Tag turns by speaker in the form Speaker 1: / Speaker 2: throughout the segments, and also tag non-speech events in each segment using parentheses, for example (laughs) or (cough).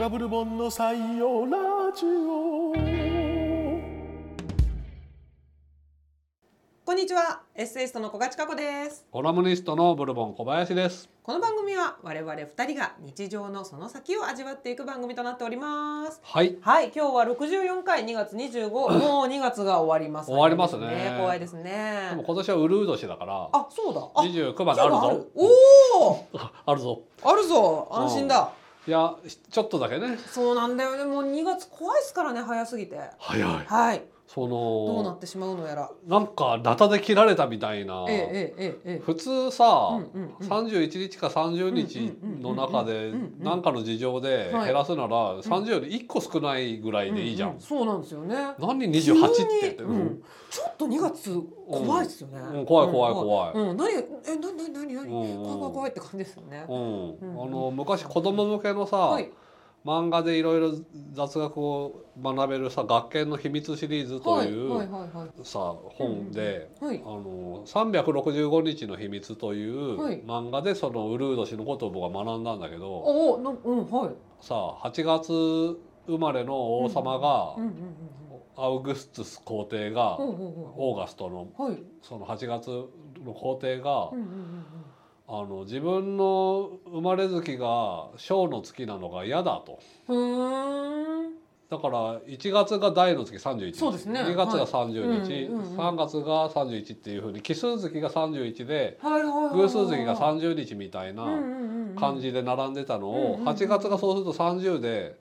Speaker 1: ダブルボンの採用ラジオ
Speaker 2: こんにちは、エッセイストの小賀千佳子です。
Speaker 3: コラムニストのブルボン小林です。
Speaker 2: この番組は我々二人が日常のその先を味わっていく番組となっております。
Speaker 3: はい。
Speaker 2: はい、今日は六十四回、二月二十
Speaker 3: (laughs)
Speaker 2: 五、もう二月が終わります。
Speaker 3: 終わりますね
Speaker 2: 怖いです
Speaker 3: でも
Speaker 2: ね。
Speaker 3: 今年はウルー年だから、
Speaker 2: あ、そうだ。あ、
Speaker 3: 二十九まである
Speaker 2: そうだ
Speaker 3: ぞ。
Speaker 2: おお、
Speaker 3: ああるぞ。
Speaker 2: あるぞ。安心だ。
Speaker 3: いや、ちょっとだけね。
Speaker 2: そうなんだよね。もう二月怖いですからね、早すぎて。
Speaker 3: 早い。
Speaker 2: はい。
Speaker 3: そ
Speaker 2: どうな
Speaker 3: の
Speaker 2: ってしまうのやら。
Speaker 3: なんかナタで切られたみたいな。
Speaker 2: ええええええええ。
Speaker 3: 普通さ
Speaker 2: うんうんうん、
Speaker 3: 三十一日か三十日の中で
Speaker 2: うんうんうんうん
Speaker 3: 何かの事情で
Speaker 2: はい
Speaker 3: 減らすなら三十より一個少ないぐらいでいいじゃ。
Speaker 2: ううんそうなんですよね。
Speaker 3: 何二十八って言って。
Speaker 2: 急
Speaker 3: う
Speaker 2: にうん
Speaker 3: ん
Speaker 2: ちょっと2月怖いですよね、
Speaker 3: うん怖い怖い怖い
Speaker 2: うん、何えなな何何
Speaker 3: うんうん
Speaker 2: 怖い怖い怖いって感じですよね
Speaker 3: う、ん。
Speaker 2: うん
Speaker 3: あの昔子供向けのさ
Speaker 2: はい、
Speaker 3: 漫画でいろいろ雑学を学べるさ学研の秘密シリーズと
Speaker 2: はいいはいうは
Speaker 3: さ本で、
Speaker 2: いはいはい
Speaker 3: あの365日の秘密という
Speaker 2: はい
Speaker 3: 漫画でそのウルード氏のことを僕は学んだんだけど
Speaker 2: おおのうんはい
Speaker 3: さ8月生まれの王様が
Speaker 2: うんうん
Speaker 3: アウグストゥス皇帝が
Speaker 2: うんうんうんうん
Speaker 3: オーガストの
Speaker 2: はい
Speaker 3: その8月の皇帝が
Speaker 2: うんうんうん
Speaker 3: あの自分の生まれ月が小の月なのが嫌だと。
Speaker 2: うんふーん
Speaker 3: だから1月が大の月31日
Speaker 2: そうですね
Speaker 3: 2月が30日、
Speaker 2: はいうんうんうん
Speaker 3: 3月が31っていうふうに奇数月が31で
Speaker 2: はいはいはいはい
Speaker 3: 偶数月が30日みたいな
Speaker 2: うんうんうんうん
Speaker 3: 感じで並んでたの
Speaker 2: うんうん
Speaker 3: を
Speaker 2: うん
Speaker 3: 8月がそうすると30で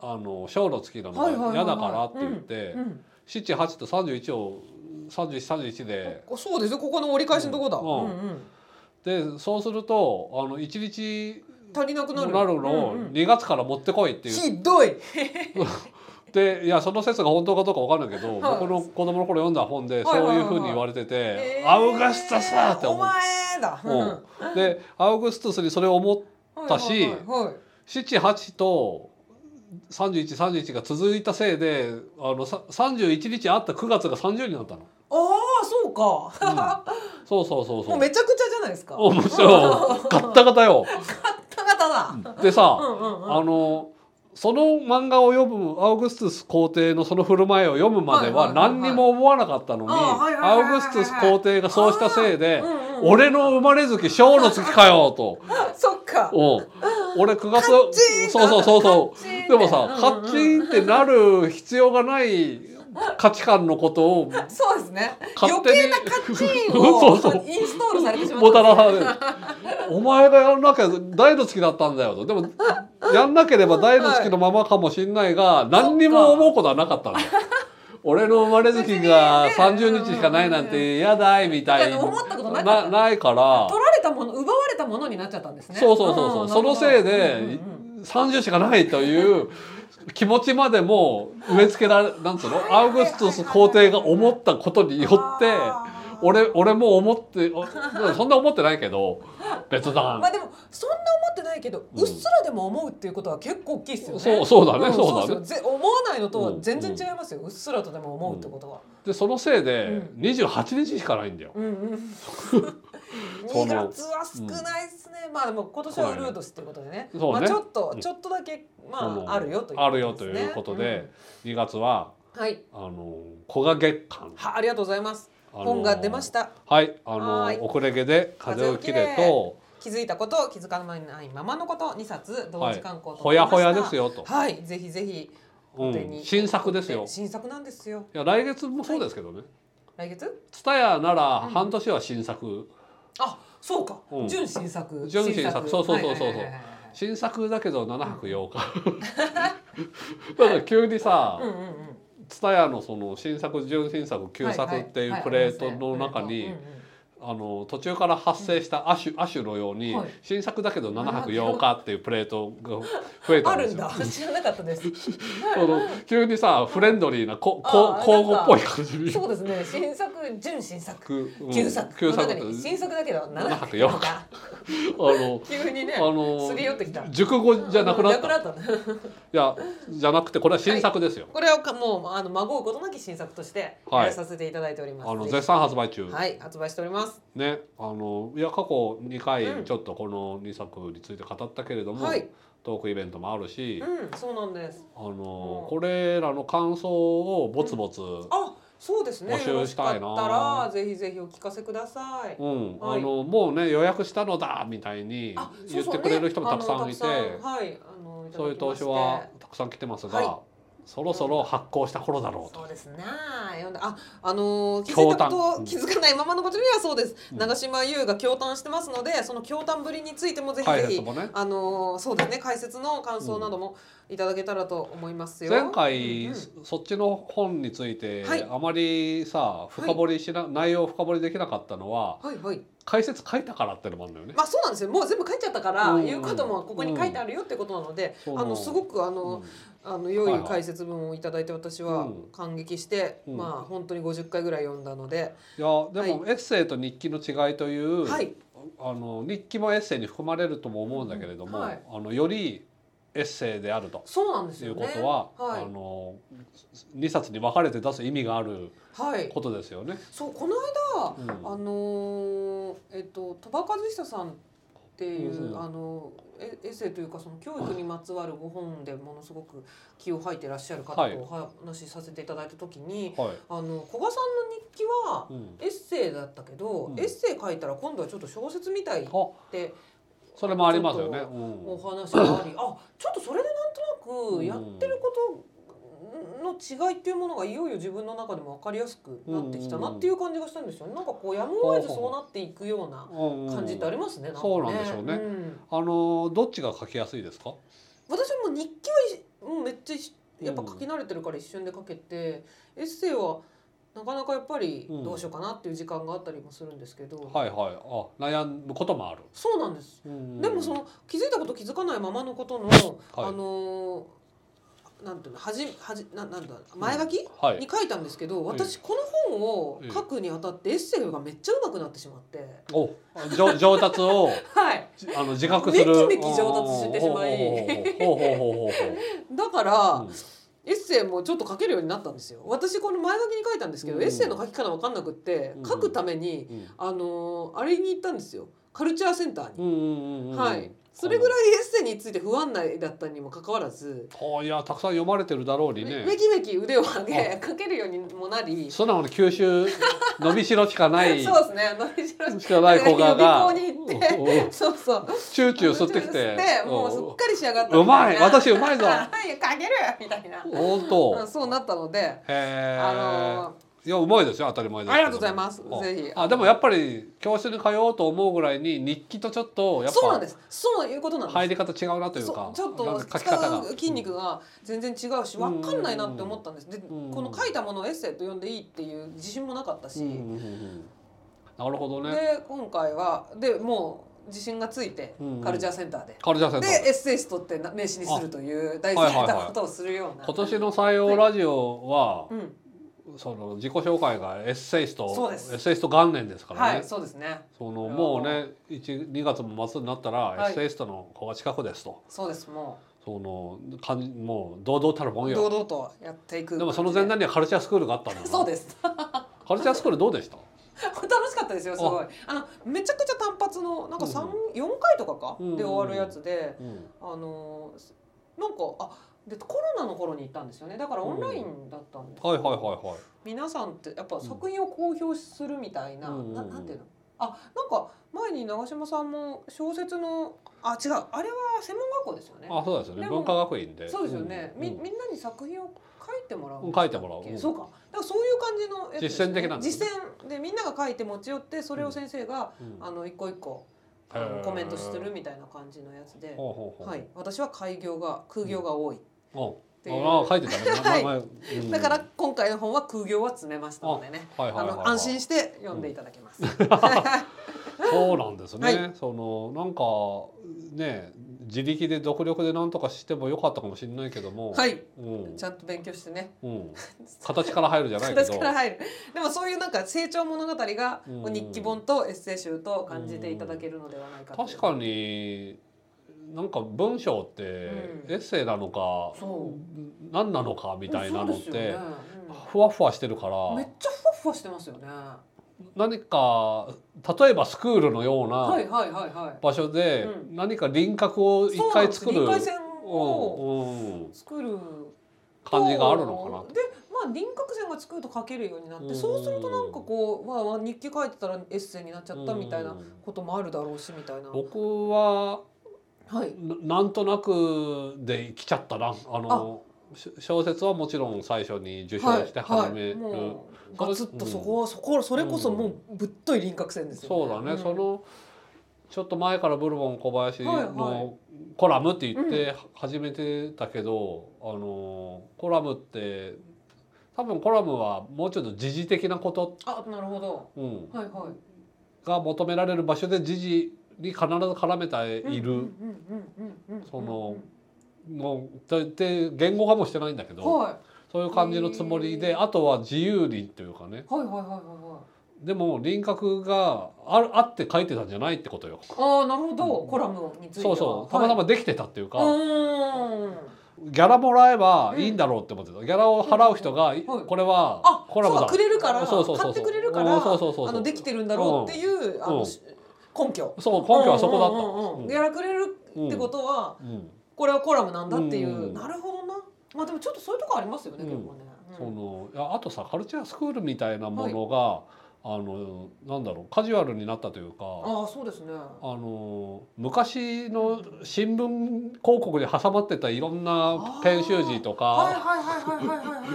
Speaker 3: あの小の月なのが
Speaker 2: はいはいはいはい
Speaker 3: 嫌だからって言って
Speaker 2: うん
Speaker 3: 78と31を3131で
Speaker 2: おそうですよここの折り返しのとこだ、
Speaker 3: うん
Speaker 2: うんうん
Speaker 3: でそうするとあの1日
Speaker 2: 足りなくな
Speaker 3: な
Speaker 2: るうん
Speaker 3: るの
Speaker 2: う
Speaker 3: を
Speaker 2: ん
Speaker 3: 2月から持ってこいっていう
Speaker 2: ひどい
Speaker 3: でいやその説が本当かどうかわかんないけど、
Speaker 2: はい
Speaker 3: 僕の子供の頃読んだ本
Speaker 2: は
Speaker 3: で
Speaker 2: い
Speaker 3: そ
Speaker 2: は
Speaker 3: う
Speaker 2: いはいいうはい
Speaker 3: ふうに言われてて「
Speaker 2: えー
Speaker 3: アウグスタスだ!」って
Speaker 2: お
Speaker 3: 思う。
Speaker 2: 前だ、うん
Speaker 3: うん、でアウグストゥスにそれを思っだし
Speaker 2: はいはいはいはい
Speaker 3: 78と3131が続いたせいであのさ31日あった9月が30になったの。
Speaker 2: ああそうか、 (laughs)
Speaker 3: そうそうそうそ
Speaker 2: も
Speaker 3: う。
Speaker 2: うめちゃくちゃじゃないですか (laughs)
Speaker 3: 面白い。ガッタガタよ。
Speaker 2: たがただ、
Speaker 3: でさ、
Speaker 2: うんうんうん
Speaker 3: あのその漫画を読むアウグストゥス皇帝のその振る舞いを読むま
Speaker 2: は
Speaker 3: では
Speaker 2: はい
Speaker 3: い
Speaker 2: はいはい
Speaker 3: 何にも思わなかったのに
Speaker 2: あはいはいはい
Speaker 3: ア
Speaker 2: はい
Speaker 3: ウグストゥス皇帝がそうしたせいで
Speaker 2: うんうんう
Speaker 3: 「
Speaker 2: ん
Speaker 3: 俺の生まれ月小の月かよ」と
Speaker 2: そっか
Speaker 3: 「おう俺9月
Speaker 2: チン
Speaker 3: そうそうそうそ
Speaker 2: カッチンって
Speaker 3: うでもさ「
Speaker 2: うんうんうん
Speaker 3: カッチン」ってなる必要がない価値観のことを
Speaker 2: そうですね
Speaker 3: 勝
Speaker 2: 余
Speaker 3: 手に
Speaker 2: 計なカッチン
Speaker 3: (laughs) そうそう
Speaker 2: をインストールされてしまった
Speaker 3: も
Speaker 2: んです
Speaker 3: た
Speaker 2: ね
Speaker 3: らされるお前がやんなきゃ大の月だったんだよとでもやんなければ大の月のままかもしんないが何にも思うことはなかったん
Speaker 2: (laughs)
Speaker 3: だよ俺の生まれ月が
Speaker 2: 別にね
Speaker 3: 30日しかないなんて嫌だいみたい
Speaker 2: だって思ったことなかった
Speaker 3: なないから
Speaker 2: 取られたもの奪われたものになっちゃったんですね
Speaker 3: そうそうそうそう、
Speaker 2: ん
Speaker 3: そのせいで
Speaker 2: うんうん
Speaker 3: 30しかないという気持ちまでも植え付けられなんつうのアウグストゥス皇帝が思ったことによって
Speaker 2: あー
Speaker 3: 俺俺も思ってお (laughs) そんな思ってないけど別
Speaker 2: うん
Speaker 3: 段
Speaker 2: まあでもそんな思ってないけど、
Speaker 3: う
Speaker 2: うんっすらでも思うっていうことは結構大きいですよね
Speaker 3: そうそうだね
Speaker 2: ん
Speaker 3: そうだ
Speaker 2: で
Speaker 3: ね
Speaker 2: すよぜ思わないのとは全然違いますよ、うっすらとでも思うってことは、
Speaker 3: でそのせいで
Speaker 2: う
Speaker 3: 28日しかないんだよ
Speaker 2: うん
Speaker 3: (laughs)
Speaker 2: うん、
Speaker 3: そ
Speaker 2: 2
Speaker 3: う
Speaker 2: 月は少ないですね、まあでも今年はウルードスということでね
Speaker 3: そうね
Speaker 2: まあ、ちょっと、
Speaker 3: うん
Speaker 2: ちょっとだけま
Speaker 3: その
Speaker 2: ああるよという
Speaker 3: あるよということで、2月は
Speaker 2: うんはい
Speaker 3: あの小賀月間
Speaker 2: はありがとうございます
Speaker 3: あの
Speaker 2: 本が出ました
Speaker 3: はいあの
Speaker 2: はーい
Speaker 3: 遅れ毛で風を切れと
Speaker 2: 気づいたこと気づかないままのこと2冊同時刊行と
Speaker 3: ほやほやです
Speaker 2: よ
Speaker 3: よと、
Speaker 2: はいぜひぜひ
Speaker 3: う
Speaker 2: お手に
Speaker 3: ん、新作ですよ
Speaker 2: 新作なんですよ
Speaker 3: いや来月もそうですけどね
Speaker 2: 来月
Speaker 3: 蔦屋なら半年は新作、
Speaker 2: あそうか、
Speaker 3: うん
Speaker 2: 純新作
Speaker 3: 純新作そうそうそうそう
Speaker 2: はいはいはいはいはい
Speaker 3: 新作だけど7泊8日だから急にさ
Speaker 2: うんうんうん
Speaker 3: 蔦屋のその新作純新作旧作っていうプレートの中
Speaker 2: はい
Speaker 3: に
Speaker 2: はいはいはい
Speaker 3: あの途中から発生した亜種亜種のように
Speaker 2: はい
Speaker 3: 新作だけど7泊8日っていうプレートが増えた
Speaker 2: あ
Speaker 3: んで
Speaker 2: る
Speaker 3: す
Speaker 2: ん
Speaker 3: よ
Speaker 2: だ。知らなかった
Speaker 3: (laughs)
Speaker 2: です
Speaker 3: その急にさフレンドリーなここ
Speaker 2: あー
Speaker 3: 交互っぽい感じに
Speaker 2: そうですね。新作、純新作、
Speaker 3: うん
Speaker 2: 旧作
Speaker 3: 旧
Speaker 2: の
Speaker 3: 作
Speaker 2: 中
Speaker 3: って
Speaker 2: に新作だけど
Speaker 3: 七
Speaker 2: 七
Speaker 3: 泊四日あの
Speaker 2: 急にね、
Speaker 3: あの
Speaker 2: すり寄ってきた。
Speaker 3: 熟語じゃなくなったい
Speaker 2: なくなったね
Speaker 3: やじゃなくてこれは新作ですよ、
Speaker 2: これはかもうあのまごうことなき新作として
Speaker 3: はい
Speaker 2: やらさせていただいております。
Speaker 3: あの
Speaker 2: ぜひ
Speaker 3: 絶賛発売中、
Speaker 2: はい、発売しております。ます。
Speaker 3: ね、あのいや過去2
Speaker 2: うん
Speaker 3: 回ちょっとこの2作について語ったけれども、
Speaker 2: はい
Speaker 3: トークイベントもあるし、
Speaker 2: うん、そうなんです。
Speaker 3: あの
Speaker 2: うん
Speaker 3: これらの感想をぼつぼつ、
Speaker 2: あ、そうですね。
Speaker 3: 募集したいな
Speaker 2: よろかったらぜひぜひお聞かせください。
Speaker 3: うん
Speaker 2: はい
Speaker 3: あのもうね予約したのだみたいに
Speaker 2: あ、そ
Speaker 3: 言
Speaker 2: う
Speaker 3: っ
Speaker 2: そう
Speaker 3: てくれる人もたくさんい
Speaker 2: ねあの
Speaker 3: て
Speaker 2: たくさんはい、あの
Speaker 3: そういう投資はたくさん来てますが、
Speaker 2: は
Speaker 3: そろそろ発行した頃だろう
Speaker 2: そ
Speaker 3: と
Speaker 2: うですね。読んだあ、あのー気づいたこと気づかないままのことにはそうです。
Speaker 3: うん
Speaker 2: 長島優が共嘆してますので、その共嘆ぶりについてもぜひぜ
Speaker 3: 解説
Speaker 2: ひ。
Speaker 3: もね
Speaker 2: あのーそうですね解説の感想などもいただけたらと思いますよ。
Speaker 3: 前回、
Speaker 2: うんうん
Speaker 3: そっちの本について、
Speaker 2: はい
Speaker 3: あまりさ深掘りしな、内容を深掘りできなかったのは
Speaker 2: はいはい。
Speaker 3: 解説書いたからってのもあるんだよね。
Speaker 2: まあそうなんですよ。もう全部書いちゃったから、
Speaker 3: うん
Speaker 2: 言うこともここに書いてあるよってことなので、
Speaker 3: うん
Speaker 2: あのすごくあの、あの良
Speaker 3: はい
Speaker 2: い
Speaker 3: はい
Speaker 2: 解説文をいただいて私は
Speaker 3: うん
Speaker 2: 感激して、
Speaker 3: うん
Speaker 2: まあ本当に50回ぐらい読んだので、
Speaker 3: いやでも、エッセイと日記の違いという、
Speaker 2: はい
Speaker 3: あの日記もエッセイに含まれるとも思うんだけれども、
Speaker 2: うんはい
Speaker 3: あのよりエッセイであると
Speaker 2: そうなんです
Speaker 3: い
Speaker 2: よ
Speaker 3: う
Speaker 2: ね。
Speaker 3: ことは、
Speaker 2: はい
Speaker 3: あの2冊に分かれて出す意味がある
Speaker 2: はい。
Speaker 3: ことですよね。
Speaker 2: そうこの間、
Speaker 3: うん
Speaker 2: あのーえっと鳥羽和久さんっていう、
Speaker 3: うんうん
Speaker 2: あのエエッセイというかその教育にまつわるご本でものすごく気を吐いてらっしゃる方
Speaker 3: はい
Speaker 2: とお話しさせていただいた時に、
Speaker 3: はい
Speaker 2: あの古賀さんの日記は
Speaker 3: うん、
Speaker 2: エッセイだったけど、
Speaker 3: うん
Speaker 2: エッセイ書いたら今度はちょっと小説みたいっ
Speaker 3: あ
Speaker 2: て
Speaker 3: それもありますよね。
Speaker 2: ちょっ
Speaker 3: うん
Speaker 2: お話があり、あちょっとそれでなんとなくやってることの違いっていうものがいよいよ自分の中でも分かりやすくなってきたなっていう感じがしたんですよね。なんかこうやむを得ずそうなっていくような
Speaker 3: うん
Speaker 2: 感じってありますね。かね
Speaker 3: そうなんでしょうね
Speaker 2: ん
Speaker 3: あのどっちが書きやすいですか？
Speaker 2: 私はもう日記はもうめっちゃ一やっぱ書き慣れてるから一瞬で書けて、エッセイはなかなかやっぱりどうしようかなっていう時間があったりもするんですけど、
Speaker 3: はいはい。あ悩むこともある。
Speaker 2: そうなんです。
Speaker 3: うん
Speaker 2: でもその気づいたこと気づかないままのことの、あのーなんていうのはじはじななんだ前書き、
Speaker 3: はい
Speaker 2: に書いたんですけど私この本を書くにあたってエッセイがめっちゃ上手くなってしまって、
Speaker 3: おじょ上達を
Speaker 2: はい、
Speaker 3: じあの自覚する。
Speaker 2: めきめき上達してしまい
Speaker 3: うん。ほうほうほうほうほうほうほうほう
Speaker 2: だから、
Speaker 3: うん
Speaker 2: エッセイもちょっと書けるようになったんですよ私この前書きに書いたんですけど、
Speaker 3: うん
Speaker 2: エッセイの書き方わかんなくって
Speaker 3: うん
Speaker 2: 書くために、
Speaker 3: うん
Speaker 2: あのーあれに行ったんですよカルチャーセンターに、
Speaker 3: うんうんうんうん。
Speaker 2: はいそれぐらいエッセイについて不安内だったにもかかわらず、
Speaker 3: ほう。いやたくさん読まれてるだろうに
Speaker 2: め
Speaker 3: ね
Speaker 2: め。きめき腕を上げ書けるようにもなり
Speaker 3: そんなの吸収伸びしろしかない。
Speaker 2: そうですね伸びしろし
Speaker 3: しかない子がが。
Speaker 2: 予備校に行って
Speaker 3: おお
Speaker 2: そうそう
Speaker 3: チューチュー吸ってきて。
Speaker 2: もうすっ
Speaker 3: ん
Speaker 2: かり仕上がった
Speaker 3: うまい。私うまいぞ。
Speaker 2: はいかけるみたいな
Speaker 3: 本
Speaker 2: うん
Speaker 3: 当。
Speaker 2: そうなったので
Speaker 3: へえ。
Speaker 2: あの
Speaker 3: いやうまいですよ当たり前ですけど
Speaker 2: ありがとうございます
Speaker 3: あ
Speaker 2: ぜひ
Speaker 3: あでもやっぱり教室に通おうと思うぐらいに日記とちょっとやっ
Speaker 2: そうなんで
Speaker 3: ぱ
Speaker 2: すそういうことなんです
Speaker 3: 入り方違うなというか
Speaker 2: そうちょっ
Speaker 3: なん
Speaker 2: と
Speaker 3: か書き方
Speaker 2: 使
Speaker 3: が
Speaker 2: う筋肉が全然違うし
Speaker 3: うん
Speaker 2: 分かんないなって思ったんですで
Speaker 3: うん
Speaker 2: この書いたものをエッセイと呼んでいいっていう自信もなかったし
Speaker 3: うんうんうんうんなるほどね
Speaker 2: で今回はでもう自信がついて
Speaker 3: うん
Speaker 2: カルチャーセンターで
Speaker 3: カルチャーセンター
Speaker 2: でエッセイストってな名刺にするという大
Speaker 3: は
Speaker 2: 事
Speaker 3: いはい
Speaker 2: な
Speaker 3: はい
Speaker 2: ことをするような
Speaker 3: 今年の採用ラジオは、
Speaker 2: うん
Speaker 3: その自己紹介がエッセイスト
Speaker 2: そう
Speaker 3: エ
Speaker 2: です
Speaker 3: ッセイスト元年ですからね、
Speaker 2: はいそうですね
Speaker 3: そのもうね12月も末になったら、
Speaker 2: はい
Speaker 3: エッセイストの子が近くですと
Speaker 2: そうですも
Speaker 3: そのかんもう堂々たるもん
Speaker 2: う
Speaker 3: よ
Speaker 2: 堂々とやっていく
Speaker 3: でもその前
Speaker 2: 感
Speaker 3: 段にはカルチャースクールがあったんだ
Speaker 2: じ
Speaker 3: よ
Speaker 2: で
Speaker 3: な
Speaker 2: そうです (laughs)
Speaker 3: カルチャースクールどうでした
Speaker 2: 楽しかったですよすごいあのめちゃくちゃ単発のなんか
Speaker 3: うん
Speaker 2: 三四回とかか
Speaker 3: うん
Speaker 2: で終わるやつで
Speaker 3: うん
Speaker 2: あのーなんかあでコロナの頃に行ったんですよねだからオンラインだったんですけど
Speaker 3: はいはいはいはい
Speaker 2: 皆さんってやっぱ作品を公表するみたいな、
Speaker 3: うん
Speaker 2: な
Speaker 3: うんうん
Speaker 2: なんていうのあなんか前に長嶋さんも小説のあ違うあれは専門学校ですよね
Speaker 3: あ、そうですよね。
Speaker 2: でも
Speaker 3: 文化学院で。
Speaker 2: そうですよね、
Speaker 3: うん
Speaker 2: み
Speaker 3: うん
Speaker 2: みんなに作品を書いてもらうん
Speaker 3: うん
Speaker 2: でしたっ
Speaker 3: 書
Speaker 2: け
Speaker 3: いてもらううん
Speaker 2: そうかだからそういう感じのやつですね
Speaker 3: 実践的なんです
Speaker 2: 実践でみんなが書いて持ち寄ってそれを先生が、
Speaker 3: うん
Speaker 2: あの一個一個あ
Speaker 3: へ
Speaker 2: の
Speaker 3: ー
Speaker 2: コメントするみたいな感じのやつで、
Speaker 3: ほうほうほう。
Speaker 2: はい、私は開業が空業が多い、ていう
Speaker 3: うん。ああ、書いてた
Speaker 2: (laughs)
Speaker 3: ね。
Speaker 2: はい
Speaker 3: 前々うん
Speaker 2: だから今回の本は空業は詰めましたのでね
Speaker 3: はい
Speaker 2: あ
Speaker 3: はいはいは
Speaker 2: の
Speaker 3: い。
Speaker 2: 安心して読んでいただけます。
Speaker 3: そうなんです
Speaker 2: は
Speaker 3: ね。そのなんかね、自力で独力でなんとかしてもよかったかもしれないけども。。
Speaker 2: はいい、
Speaker 3: うん
Speaker 2: ち。ゃんと勉強してね。
Speaker 3: うん。 (laughs) 形から入るじゃないけど。
Speaker 2: 私から入る。でもそういうなんか成長物語が
Speaker 3: うん
Speaker 2: 日記本とエッセイ集と感じていただけるのではないかと。
Speaker 3: 確かに。なんか文章って
Speaker 2: うん
Speaker 3: エッセイなのか、
Speaker 2: そ
Speaker 3: 何なのかみたいな
Speaker 2: そ
Speaker 3: のっ
Speaker 2: うです
Speaker 3: て
Speaker 2: よねうん
Speaker 3: ふわふわしてるから
Speaker 2: めっちゃふわふわしてますよね。
Speaker 3: 何か例えばスクールのよう
Speaker 2: は
Speaker 3: ない
Speaker 2: はいはいはい。
Speaker 3: 場所で
Speaker 2: う
Speaker 3: 何か輪郭を一回作る
Speaker 2: そうなんです臨界線を
Speaker 3: うんうん
Speaker 2: 作る
Speaker 3: 感じがあるのかなと。
Speaker 2: で、まあ輪郭線が作ると書けるようになっ
Speaker 3: う
Speaker 2: て、
Speaker 3: ん
Speaker 2: そうするとなんかこう、まあ日記書いてたらエッセイになっちゃったみたいな
Speaker 3: うん
Speaker 2: こともあるだろうしみたいな。
Speaker 3: 僕は
Speaker 2: はい。
Speaker 3: ななんとなくで来ちゃったなあのし小説はもちろん最初に受賞して始める、
Speaker 2: もうガツッとそこはそこそれこそもうぶっとい輪郭線ですよね。
Speaker 3: そうだね、
Speaker 2: ん
Speaker 3: そのちょっと前からブルボン小林
Speaker 2: はいは
Speaker 3: のコラムって言って始めてたけど、あのコラムって多分コラムはもうちょっと時事的なこと、
Speaker 2: あなるほど。
Speaker 3: うん、
Speaker 2: はいはい。
Speaker 3: が求められる場所で時事に必ず絡めてい
Speaker 2: うん
Speaker 3: る
Speaker 2: うんうんうんうん
Speaker 3: そののって言語化もしてないんだけど、
Speaker 2: は
Speaker 3: そういう感じのつもり
Speaker 2: へ
Speaker 3: で
Speaker 2: ー
Speaker 3: あとは自由にというかね
Speaker 2: いはいはいはいはいはい。
Speaker 3: でも輪郭があるあって書いてたんじゃないってことよ。
Speaker 2: ああなるほど、コラムについて
Speaker 3: そ
Speaker 2: は
Speaker 3: うそうたまたまできてたっていうか、
Speaker 2: はい、うーん
Speaker 3: ギャラもらえばいいんだろうって思ってたギャラを払う人が、い
Speaker 2: はい
Speaker 3: これは
Speaker 2: あ
Speaker 3: コラボ
Speaker 2: そう
Speaker 3: だ
Speaker 2: かくれるから
Speaker 3: そうそうそうそ
Speaker 2: 買
Speaker 3: う
Speaker 2: ってくれるから
Speaker 3: うんそうそうそうそう
Speaker 2: あのできてるんだろうっていう、あ
Speaker 3: う
Speaker 2: の
Speaker 3: ん
Speaker 2: し根拠
Speaker 3: そう根拠はそこだった
Speaker 2: うんうんうんうん
Speaker 3: うん
Speaker 2: やらくれるってことは、
Speaker 3: うん
Speaker 2: これはコラムなんだっていう、
Speaker 3: うん
Speaker 2: なるほどなまあでもちょっとそういうとこありますよね、
Speaker 3: うん
Speaker 2: 結構ね、うん
Speaker 3: そのいやあとさカルチャースクールみたいなものが、あのなんだろうカジュアルになったというか。
Speaker 2: ああそうですね
Speaker 3: あの昔の新聞広告に挟まってたいろんな編集時とか
Speaker 2: はいはいはいはいはいはいはいはい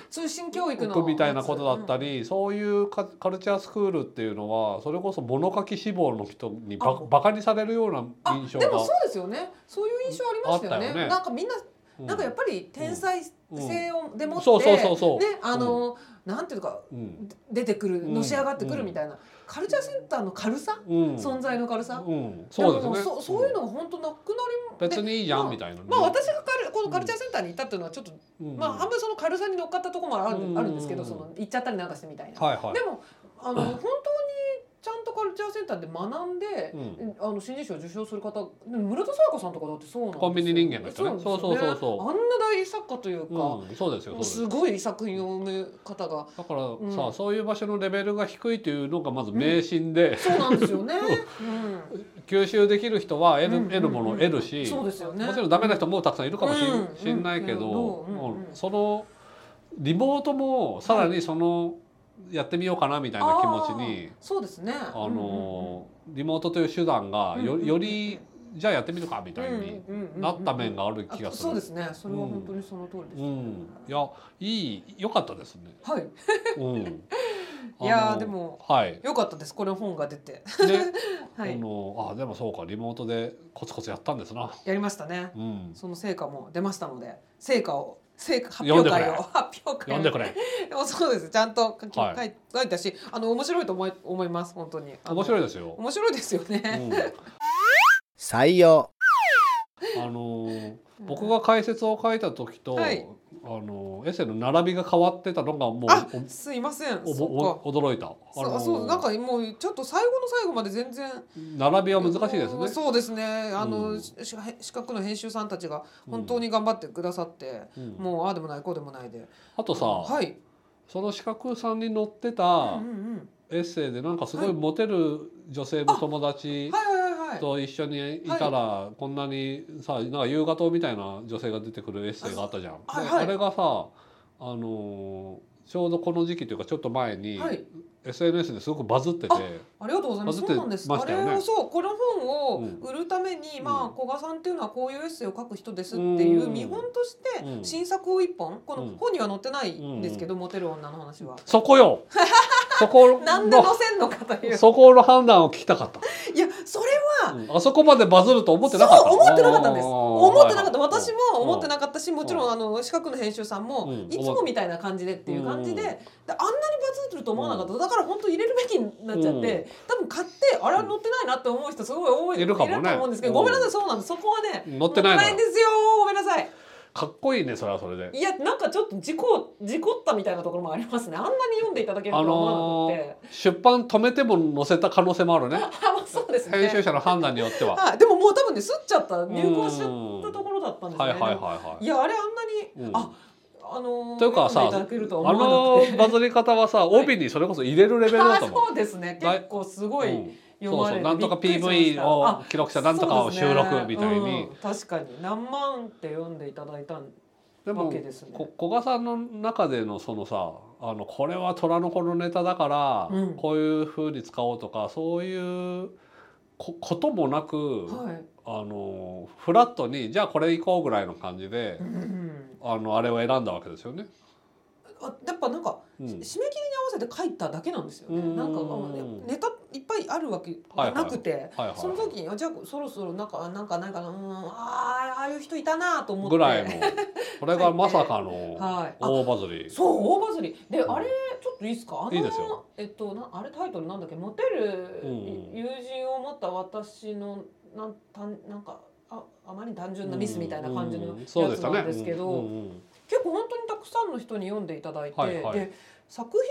Speaker 2: (laughs) 通信教育の
Speaker 3: みたいなことだった
Speaker 2: り、
Speaker 3: り、そういうカカルチャースクールっていうのはそれこそ物書き志望の人に
Speaker 2: あ
Speaker 3: ばバカにされるような
Speaker 2: あ
Speaker 3: 印象
Speaker 2: で
Speaker 3: が
Speaker 2: もそうですよねそういう印象ありましたよね
Speaker 3: あったよね
Speaker 2: なんかみんな
Speaker 3: うん
Speaker 2: なんかやっぱり天才性をでもって、
Speaker 3: そうそうそうそう
Speaker 2: ねあの、なんていうか
Speaker 3: うん
Speaker 2: 出てくる
Speaker 3: うん
Speaker 2: のし上がってくるみたいな、カルチャーセンターの軽さ、
Speaker 3: うん、
Speaker 2: 存在の軽さ、
Speaker 3: うん、そうですね
Speaker 2: ももそそういうのが本当なくなり
Speaker 3: 別にいいじゃ
Speaker 2: まあ
Speaker 3: んみたいなね、
Speaker 2: まあ私がカルこのカルチャーセンターに行ったっていうのはちょっと、
Speaker 3: うん
Speaker 2: まああんまりその軽さに乗っかったところもある,、
Speaker 3: うん
Speaker 2: あるんですけどその行っちゃったりなんかしてみたいな。
Speaker 3: はいはい
Speaker 2: でもあ
Speaker 3: (laughs)
Speaker 2: の本当にちゃんとカルチャーセンターで学んで、
Speaker 3: うん
Speaker 2: あの新人賞を受賞する方でも村田沙耶香さんとかだってそうなんですよ
Speaker 3: コンビニ人間の人
Speaker 2: そ
Speaker 3: ね
Speaker 2: うなんですよね
Speaker 3: そうそうそうそう
Speaker 2: あんな大作家というか、
Speaker 3: うん、そうですよそうです
Speaker 2: すごい作品を生む方が
Speaker 3: だからさ、
Speaker 2: うん
Speaker 3: そういう場所のレベルが低いというのがまず迷信で、
Speaker 2: そうなんですよね。うん
Speaker 3: 吸収できる人は得る,、
Speaker 2: うん
Speaker 3: 得るものを得るし、
Speaker 2: そうですよね。
Speaker 3: もちろんダメな人もたくさんいるかもしれ、
Speaker 2: うん
Speaker 3: ん、しんないけ
Speaker 2: う
Speaker 3: ど、
Speaker 2: ん
Speaker 3: もう
Speaker 2: うん
Speaker 3: そのリモートもさらにその、やってみようかなみたいな気持ち
Speaker 2: あー
Speaker 3: に
Speaker 2: そうですね。
Speaker 3: あのーリモートという手段がよ,、
Speaker 2: うんうんうん
Speaker 3: よりじゃあやってみるかみ
Speaker 2: うん
Speaker 3: た
Speaker 2: う
Speaker 3: い
Speaker 2: ん
Speaker 3: に
Speaker 2: うんうんうんうん
Speaker 3: なった面がある
Speaker 2: あ
Speaker 3: 気がす
Speaker 2: そうで
Speaker 3: る。
Speaker 2: すね。それは本当にその通りです
Speaker 3: う
Speaker 2: ね。
Speaker 3: ん、いやいい良かったですね。
Speaker 2: はい。 (laughs)
Speaker 3: うん、
Speaker 2: いやー
Speaker 3: あの
Speaker 2: でも
Speaker 3: はい。
Speaker 2: よかったです。これ本が出て
Speaker 3: ね、
Speaker 2: (laughs) はい
Speaker 3: あのあでもそうかリモートでコツコツやったんですな。
Speaker 2: やりましたね。
Speaker 3: うん、
Speaker 2: その成果も出ましたので成果を成果発表会を
Speaker 3: 読んで
Speaker 2: 発表会を
Speaker 3: 読んでくれ。
Speaker 2: でもそうですちゃんと書き、
Speaker 3: はい
Speaker 2: 書い書いたしあの面白いと思い思います本当にあの
Speaker 3: 面白いですよ。
Speaker 2: 面白いですよね、
Speaker 3: う
Speaker 1: 採用
Speaker 3: ん、あのー僕が解説を書いた時と、
Speaker 2: はい
Speaker 3: あのーエッセイの並びが変わってたのがもう
Speaker 2: あ (laughs) すいません
Speaker 3: おお
Speaker 2: そっか
Speaker 3: お驚いた。あ
Speaker 2: そう
Speaker 3: のー
Speaker 2: そうなんかもうちょっと最後の最後まで全然
Speaker 3: 並びは難しいです
Speaker 2: もう
Speaker 3: ね。
Speaker 2: そうですねあの、
Speaker 3: うん
Speaker 2: しし資格の編集さんたちが本当に頑張ってくださって、
Speaker 3: うん
Speaker 2: もうああでもないこうでもないで
Speaker 3: あとさ、
Speaker 2: はい、
Speaker 3: その資格さんに載って
Speaker 2: うんう
Speaker 3: た
Speaker 2: ん
Speaker 3: エッセイでなんかすご
Speaker 2: はい
Speaker 3: いモテる女性の友
Speaker 2: うん、
Speaker 3: 達
Speaker 2: はいはいはいはい
Speaker 3: と一緒にいたらこんなにさなんか夕方みたいな女性が出てくるエッセイがあったじゃん。
Speaker 2: あはい
Speaker 3: で
Speaker 2: はい
Speaker 3: あれがさあのーちょうどこの時期というかちょっと前に
Speaker 2: はい
Speaker 3: SNS ですごくバズってて。
Speaker 2: あありがとうございます。
Speaker 3: バ
Speaker 2: そ
Speaker 3: ズ
Speaker 2: う
Speaker 3: って
Speaker 2: なんです。
Speaker 3: ましたよね
Speaker 2: あれをそうこの本を
Speaker 3: うん
Speaker 2: 売るために、まあ
Speaker 3: うん
Speaker 2: 古賀さんっていうのはこういうエッセイを書く人ですっていう
Speaker 3: うん
Speaker 2: 見本として
Speaker 3: うん
Speaker 2: 新作を一本こ
Speaker 3: う
Speaker 2: の
Speaker 3: ん
Speaker 2: 本には載ってないんですけど、モテる女の話は。
Speaker 3: そ
Speaker 2: (laughs)
Speaker 3: こよ。そこ
Speaker 2: なんで載
Speaker 3: の
Speaker 2: せんのかという。
Speaker 3: そこの判断を聞きたかった。
Speaker 2: いやそれは
Speaker 3: うんあそこまでバズると思ってなかった。
Speaker 2: そう思ってなかったんです
Speaker 3: あー
Speaker 2: 思ってなかった
Speaker 3: はいはい
Speaker 2: 私も思ってなかったしもちろんあの資格の編集さん
Speaker 3: う
Speaker 2: も
Speaker 3: ん
Speaker 2: いつもみたいな感じでっていう感じで
Speaker 3: うん
Speaker 2: であんなにバズってると思わなかっただから本当入れるべきになっちゃって多分買ってあれは載ってないなって思う人すごい多い
Speaker 3: いるかもね
Speaker 2: と思うんですけど
Speaker 3: う
Speaker 2: ご
Speaker 3: ん
Speaker 2: めんなさいそうなんですそこはね
Speaker 3: 載ってないのよ
Speaker 2: んですよごめんなさい
Speaker 3: かっこいいねそれはそれで。
Speaker 2: いやなんかちょっと事故事故ったみたいなところもありますねあんなに読んでいただけると
Speaker 3: あ
Speaker 2: は思
Speaker 3: の
Speaker 2: わなく
Speaker 3: ー
Speaker 2: て、
Speaker 3: 出版止めても載せた可能性も
Speaker 2: (laughs)
Speaker 3: あるね。
Speaker 2: あまあそうですね
Speaker 3: 編集者の判断によっては。
Speaker 2: はいでももう多分ねすっちゃった入稿しちゃったところだったんです
Speaker 3: はい
Speaker 2: ね
Speaker 3: はいはいはい
Speaker 2: やあれあんなに、
Speaker 3: うん
Speaker 2: ああの
Speaker 3: というかさ
Speaker 2: 読んでいただけるとは
Speaker 3: あ
Speaker 2: 思わなく
Speaker 3: の
Speaker 2: て
Speaker 3: バズり方はさ帯にそれこそ入れるレベル
Speaker 2: (laughs)
Speaker 3: だ
Speaker 2: あ
Speaker 3: と思う。
Speaker 2: そうですね結構すご
Speaker 3: う
Speaker 2: い
Speaker 3: ん
Speaker 2: 読
Speaker 3: そう
Speaker 2: まれ
Speaker 3: そう
Speaker 2: る
Speaker 3: なんとか
Speaker 2: びっくりしま
Speaker 3: PV
Speaker 2: した
Speaker 3: を記録したなんとかを収録みたい
Speaker 2: そうです
Speaker 3: に
Speaker 2: ねうん確かに何万って読んでいただいたわ
Speaker 3: でも
Speaker 2: けですね
Speaker 3: こ古賀さんの中でのそのさあのこれは虎の子のネタだから、
Speaker 2: うん
Speaker 3: こういうふうに使おうとかそういうここともなく、
Speaker 2: はい
Speaker 3: あのフラットにじゃあこれいこうぐらいの感じで
Speaker 2: う、ん
Speaker 3: あのあれを選んだわけですよね。
Speaker 2: あやっぱなんか
Speaker 3: うん
Speaker 2: 締め切りに合わせて書いただけなんですよね
Speaker 3: うん
Speaker 2: なんかあのネタいっぱいあるわけ
Speaker 3: はいはい
Speaker 2: なくて
Speaker 3: はいはい
Speaker 2: その時にあじゃあそろそろなんかなんかないかなうんあーああいう人いたなと思って
Speaker 3: ぐらいのこれがまさかの
Speaker 2: はいあ
Speaker 3: 大バズり。
Speaker 2: そう大バズりで
Speaker 3: ん
Speaker 2: あれちょっといいですかあの
Speaker 3: いいですよ
Speaker 2: えっとなあれタイトルなんだっけモテる
Speaker 3: うん
Speaker 2: 友人を持った私のなんたんなんかああまりに単純なミスみたいな感じの
Speaker 3: うん
Speaker 2: やつ
Speaker 3: そうでした
Speaker 2: な
Speaker 3: ね
Speaker 2: んですけど、
Speaker 3: うんうんうん
Speaker 2: 結構本当にたくさんの人に読んでいただいて、
Speaker 3: はいはい
Speaker 2: で作品に